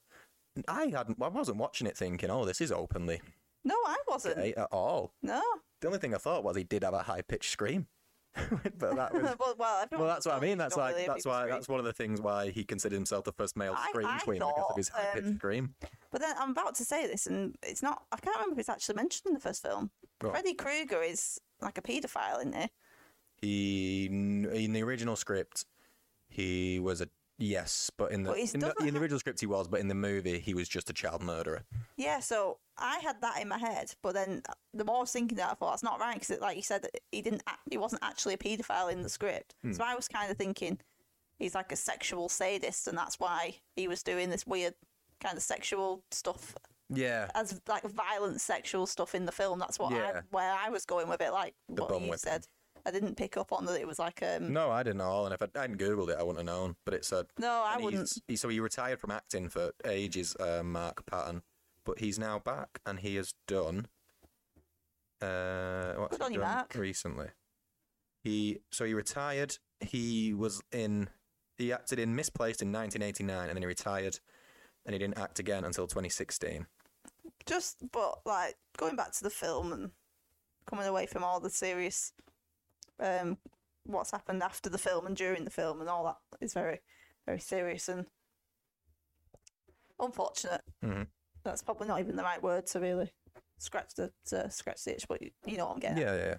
[SPEAKER 1] And I hadn't, I wasn't watching it thinking, oh, this is openly
[SPEAKER 2] No, I wasn't.
[SPEAKER 1] gay at all.
[SPEAKER 2] No.
[SPEAKER 1] The only thing I thought was he did have a high pitched scream, but that was
[SPEAKER 2] well, well, everyone
[SPEAKER 1] Well, that's what I
[SPEAKER 2] does,
[SPEAKER 1] mean.
[SPEAKER 2] you
[SPEAKER 1] That's
[SPEAKER 2] don't
[SPEAKER 1] like
[SPEAKER 2] really
[SPEAKER 1] that's
[SPEAKER 2] have
[SPEAKER 1] why
[SPEAKER 2] to
[SPEAKER 1] that's one of the things why he considered himself the first male
[SPEAKER 2] I-
[SPEAKER 1] scream
[SPEAKER 2] I
[SPEAKER 1] queen because of his
[SPEAKER 2] thought,
[SPEAKER 1] high pitched
[SPEAKER 2] um,
[SPEAKER 1] scream.
[SPEAKER 2] But then I'm about to say this, and it's not. I can't remember if it's actually mentioned in the first film.
[SPEAKER 1] Right.
[SPEAKER 2] Freddy Krueger is like a paedophile, isn't he?
[SPEAKER 1] He in the original script, he was a yes, but in the
[SPEAKER 2] But he's
[SPEAKER 1] in, the,
[SPEAKER 2] doesn't
[SPEAKER 1] in the
[SPEAKER 2] ha-
[SPEAKER 1] original script he was, but in the movie he was just a child murderer.
[SPEAKER 2] Yeah. So I had that in my head, but then the more I was thinking that, I thought that's not right because, like you said, he didn't. act- He wasn't actually a paedophile in the script.
[SPEAKER 1] Hmm.
[SPEAKER 2] So I was kind of thinking he's like a sexual sadist, and that's why he was doing this weird kind of sexual stuff
[SPEAKER 1] Yeah,
[SPEAKER 2] as like violent sexual stuff in the film. That's what I,
[SPEAKER 1] Yeah.
[SPEAKER 2] where I was going with it. Like
[SPEAKER 1] The
[SPEAKER 2] what
[SPEAKER 1] bum
[SPEAKER 2] you
[SPEAKER 1] whipping. Hmm.
[SPEAKER 2] said, I didn't pick up on that it was like um.
[SPEAKER 1] no, I didn't know. all, and if I, I hadn't googled it, I wouldn't have known. But it's a
[SPEAKER 2] No, I
[SPEAKER 1] and
[SPEAKER 2] wouldn't.
[SPEAKER 1] he's- He, so he retired from acting for ages, uh, Mark Patton, but he's now back and he has done. Uh, what's
[SPEAKER 2] Good
[SPEAKER 1] he
[SPEAKER 2] on you,
[SPEAKER 1] done
[SPEAKER 2] Mark.
[SPEAKER 1] Recently, he so he retired. He was in. He acted in Misplaced in 1989, and then he retired, and he didn't act again until 2016.
[SPEAKER 2] just but like going back to the film and coming away from all the serious um what's happened after the film and during the film and all that is very very serious and unfortunate
[SPEAKER 1] Mhm.
[SPEAKER 2] that's probably not even the right word to really scratch the to scratch the itch but you, you know what i'm getting at.
[SPEAKER 1] yeah, yeah.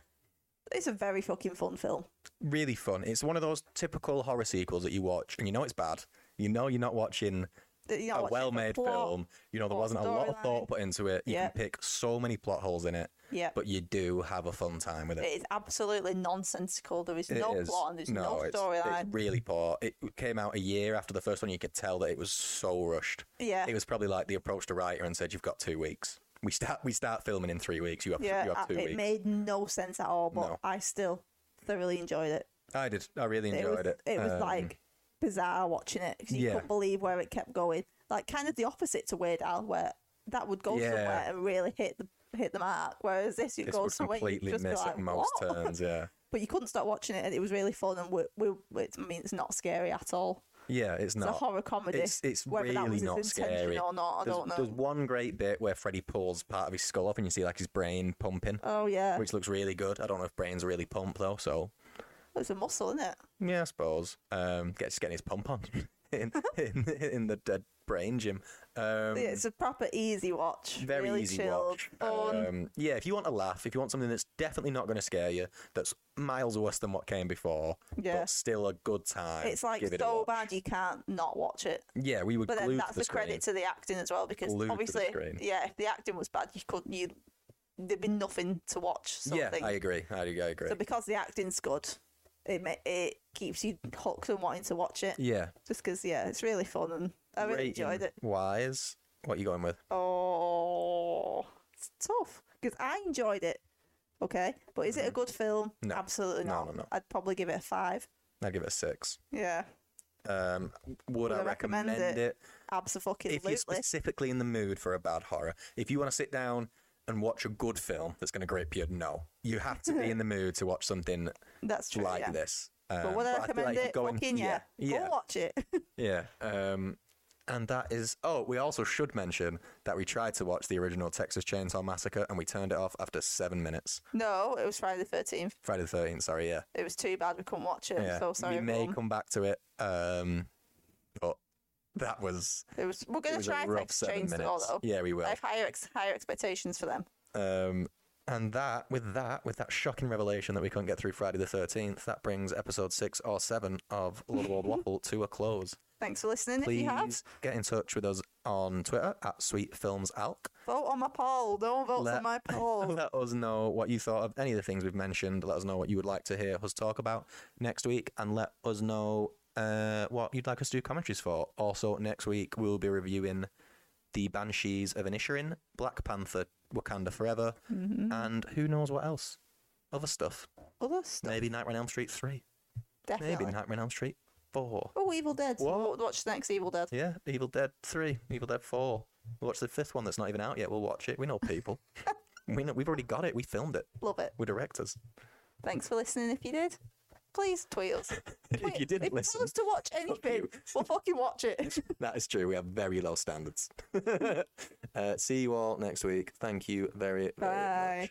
[SPEAKER 2] it's a very fucking fun film
[SPEAKER 1] really fun. It's one of those typical horror sequels that you watch, and you know it's bad. You know you're not watching
[SPEAKER 2] you know,
[SPEAKER 1] a
[SPEAKER 2] watching it for
[SPEAKER 1] well-made
[SPEAKER 2] plot.
[SPEAKER 1] film. You know there
[SPEAKER 2] plot,
[SPEAKER 1] wasn't a lot of
[SPEAKER 2] storyline.
[SPEAKER 1] thought put into it. You
[SPEAKER 2] Yeah.
[SPEAKER 1] can pick so many plot holes in it.
[SPEAKER 2] yeah
[SPEAKER 1] but you do have a fun time with it.
[SPEAKER 2] it is absolutely nonsensical there is no
[SPEAKER 1] It is-
[SPEAKER 2] plot and there's no,
[SPEAKER 1] it's-
[SPEAKER 2] storyline
[SPEAKER 1] It's really poor. It came out a year after the first one. You could tell that it was so rushed.
[SPEAKER 2] yeah
[SPEAKER 1] It was probably like they approached a writer and said, "You've got two weeks. We start we start filming in three weeks. You have
[SPEAKER 2] Yeah,
[SPEAKER 1] you
[SPEAKER 2] uh,
[SPEAKER 1] have two
[SPEAKER 2] it
[SPEAKER 1] weeks."
[SPEAKER 2] made no sense at all, but
[SPEAKER 1] No.
[SPEAKER 2] I still thoroughly enjoyed it.
[SPEAKER 1] I did. I really
[SPEAKER 2] It
[SPEAKER 1] enjoyed
[SPEAKER 2] was,
[SPEAKER 1] it.
[SPEAKER 2] it, was
[SPEAKER 1] Um,
[SPEAKER 2] like bizarre watching it because you
[SPEAKER 1] yeah.
[SPEAKER 2] couldn't believe where it kept going. Like kind of the opposite to Weird Al, where that would go
[SPEAKER 1] Yeah.
[SPEAKER 2] somewhere and really hit the hit the mark, whereas this it
[SPEAKER 1] this
[SPEAKER 2] goes
[SPEAKER 1] would
[SPEAKER 2] somewhere you
[SPEAKER 1] completely
[SPEAKER 2] just be
[SPEAKER 1] miss
[SPEAKER 2] like,
[SPEAKER 1] at most
[SPEAKER 2] "What?"
[SPEAKER 1] turns. Yeah,
[SPEAKER 2] But you couldn't stop watching it, and it was really fun. And we, we, it's, I mean, it's not scary at all.
[SPEAKER 1] yeah. It's
[SPEAKER 2] It's
[SPEAKER 1] not.
[SPEAKER 2] a horror comedy.
[SPEAKER 1] It's it's
[SPEAKER 2] Whether that
[SPEAKER 1] really
[SPEAKER 2] was
[SPEAKER 1] not
[SPEAKER 2] his intention
[SPEAKER 1] scary.
[SPEAKER 2] or not, I
[SPEAKER 1] there's,
[SPEAKER 2] don't know.
[SPEAKER 1] there's one great bit where Freddy pulls part of his skull off, and you see like his brain pumping,
[SPEAKER 2] Oh yeah,
[SPEAKER 1] which looks really good. I don't know if brains really pump though, so
[SPEAKER 2] it was a muscle, isn't it?
[SPEAKER 1] Yeah, I suppose. Um, get, just getting his pump on in, in in the dead brain gym. Um,
[SPEAKER 2] Yeah, it's a proper easy watch.
[SPEAKER 1] very
[SPEAKER 2] really
[SPEAKER 1] easy
[SPEAKER 2] chilled,
[SPEAKER 1] watch.
[SPEAKER 2] fun.
[SPEAKER 1] Um, yeah, if you want a laugh, if you want something that's definitely not going to scare you, that's miles worse than what came before,
[SPEAKER 2] Yeah.
[SPEAKER 1] but still a good time.
[SPEAKER 2] It's like
[SPEAKER 1] give it a
[SPEAKER 2] so
[SPEAKER 1] watch.
[SPEAKER 2] bad you can't not watch it.
[SPEAKER 1] Yeah, we would.
[SPEAKER 2] But then
[SPEAKER 1] glued
[SPEAKER 2] that's
[SPEAKER 1] to the
[SPEAKER 2] the credit to the acting as well because
[SPEAKER 1] Glued to the
[SPEAKER 2] obviously,
[SPEAKER 1] screen.
[SPEAKER 2] yeah, if the acting was bad, you couldn't you there'd be nothing to watch. Sort
[SPEAKER 1] yeah,
[SPEAKER 2] of thing.
[SPEAKER 1] I agree. I, I agree.
[SPEAKER 2] so because the acting's good, it ma- it keeps you hooked and wanting to watch it.
[SPEAKER 1] yeah,
[SPEAKER 2] Just because yeah, it's really fun and I really enjoyed it.
[SPEAKER 1] Wise, what are you going with?
[SPEAKER 2] Oh, it's tough because I enjoyed it. Okay, but is it a good film?
[SPEAKER 1] Mm-hmm. No.
[SPEAKER 2] Absolutely
[SPEAKER 1] No,
[SPEAKER 2] not.
[SPEAKER 1] no, no.
[SPEAKER 2] I'd probably give it a five.
[SPEAKER 1] I'd give it a six.
[SPEAKER 2] Yeah,
[SPEAKER 1] Um, would, I recommend, it?
[SPEAKER 2] absolutely.
[SPEAKER 1] if you're specifically in the mood for a bad horror, if you want to sit down and watch a good film that's going to grip you, no, you have to be in the mood to watch something
[SPEAKER 2] That's true.
[SPEAKER 1] like
[SPEAKER 2] yeah.
[SPEAKER 1] this. Um,
[SPEAKER 2] but would
[SPEAKER 1] but I
[SPEAKER 2] I
[SPEAKER 1] feel
[SPEAKER 2] recommend
[SPEAKER 1] like if
[SPEAKER 2] it?
[SPEAKER 1] you're going-
[SPEAKER 2] Fucking yeah.
[SPEAKER 1] yeah, yeah.
[SPEAKER 2] Go watch it.
[SPEAKER 1] Yeah. Um, and that is. Oh, we also should mention that we tried to watch the original Texas Chainsaw Massacre and we turned it off after seven minutes.
[SPEAKER 2] no, it was Friday the thirteenth.
[SPEAKER 1] Friday the 13th, sorry, yeah.
[SPEAKER 2] It was too bad we couldn't watch it.
[SPEAKER 1] yeah.
[SPEAKER 2] So sorry.
[SPEAKER 1] we may
[SPEAKER 2] everyone.
[SPEAKER 1] come back to it. Um, but that was.
[SPEAKER 2] It was. We're
[SPEAKER 1] It
[SPEAKER 2] gonna
[SPEAKER 1] was
[SPEAKER 2] try
[SPEAKER 1] a
[SPEAKER 2] to
[SPEAKER 1] rough seven
[SPEAKER 2] exchange it all
[SPEAKER 1] minutes.
[SPEAKER 2] though.
[SPEAKER 1] Yeah, we will.
[SPEAKER 2] I have higher ex- higher expectations for them.
[SPEAKER 1] Um, and that, with that, with that shocking revelation that we couldn't get through Friday the 13th, that brings episode six or seven of Lord of Old Waffle to a close.
[SPEAKER 2] Thanks for listening. If you have,
[SPEAKER 1] Please get in touch with us on Twitter at Sweet Films Alc.
[SPEAKER 2] vote on my poll. Don't vote for
[SPEAKER 1] Let-
[SPEAKER 2] my poll.
[SPEAKER 1] Let us know what you thought of any of the things we've mentioned. Let us know what you would like to hear us talk about next week, and let us know uh, what you'd like us to do commentaries for. Also, next week we'll be reviewing the Banshees of Inisherin, Black Panther, Wakanda Forever, and who knows what else. Other stuff.
[SPEAKER 2] Other stuff.
[SPEAKER 1] Maybe Nightmare on Elm Street 3.
[SPEAKER 2] Definitely.
[SPEAKER 1] Maybe Nightmare on Elm Street 4.
[SPEAKER 2] Oh, Evil Dead.
[SPEAKER 1] What?
[SPEAKER 2] What? Watch the next Evil Dead.
[SPEAKER 1] Yeah, Evil Dead 3, Evil Dead 4. We'll watch the fifth one that's not even out yet. We'll watch it. We know people. we know, we've already got it. We filmed it.
[SPEAKER 2] Love it.
[SPEAKER 1] We're directors.
[SPEAKER 2] Thanks for listening. If you did, please tweet us. Tweet-
[SPEAKER 1] you didn't
[SPEAKER 2] if
[SPEAKER 1] listen,
[SPEAKER 2] tell us to watch anything. we'll fucking watch it.
[SPEAKER 1] That is true. We have very low standards. uh, see you all next week. Thank you very, very much.
[SPEAKER 2] Bye.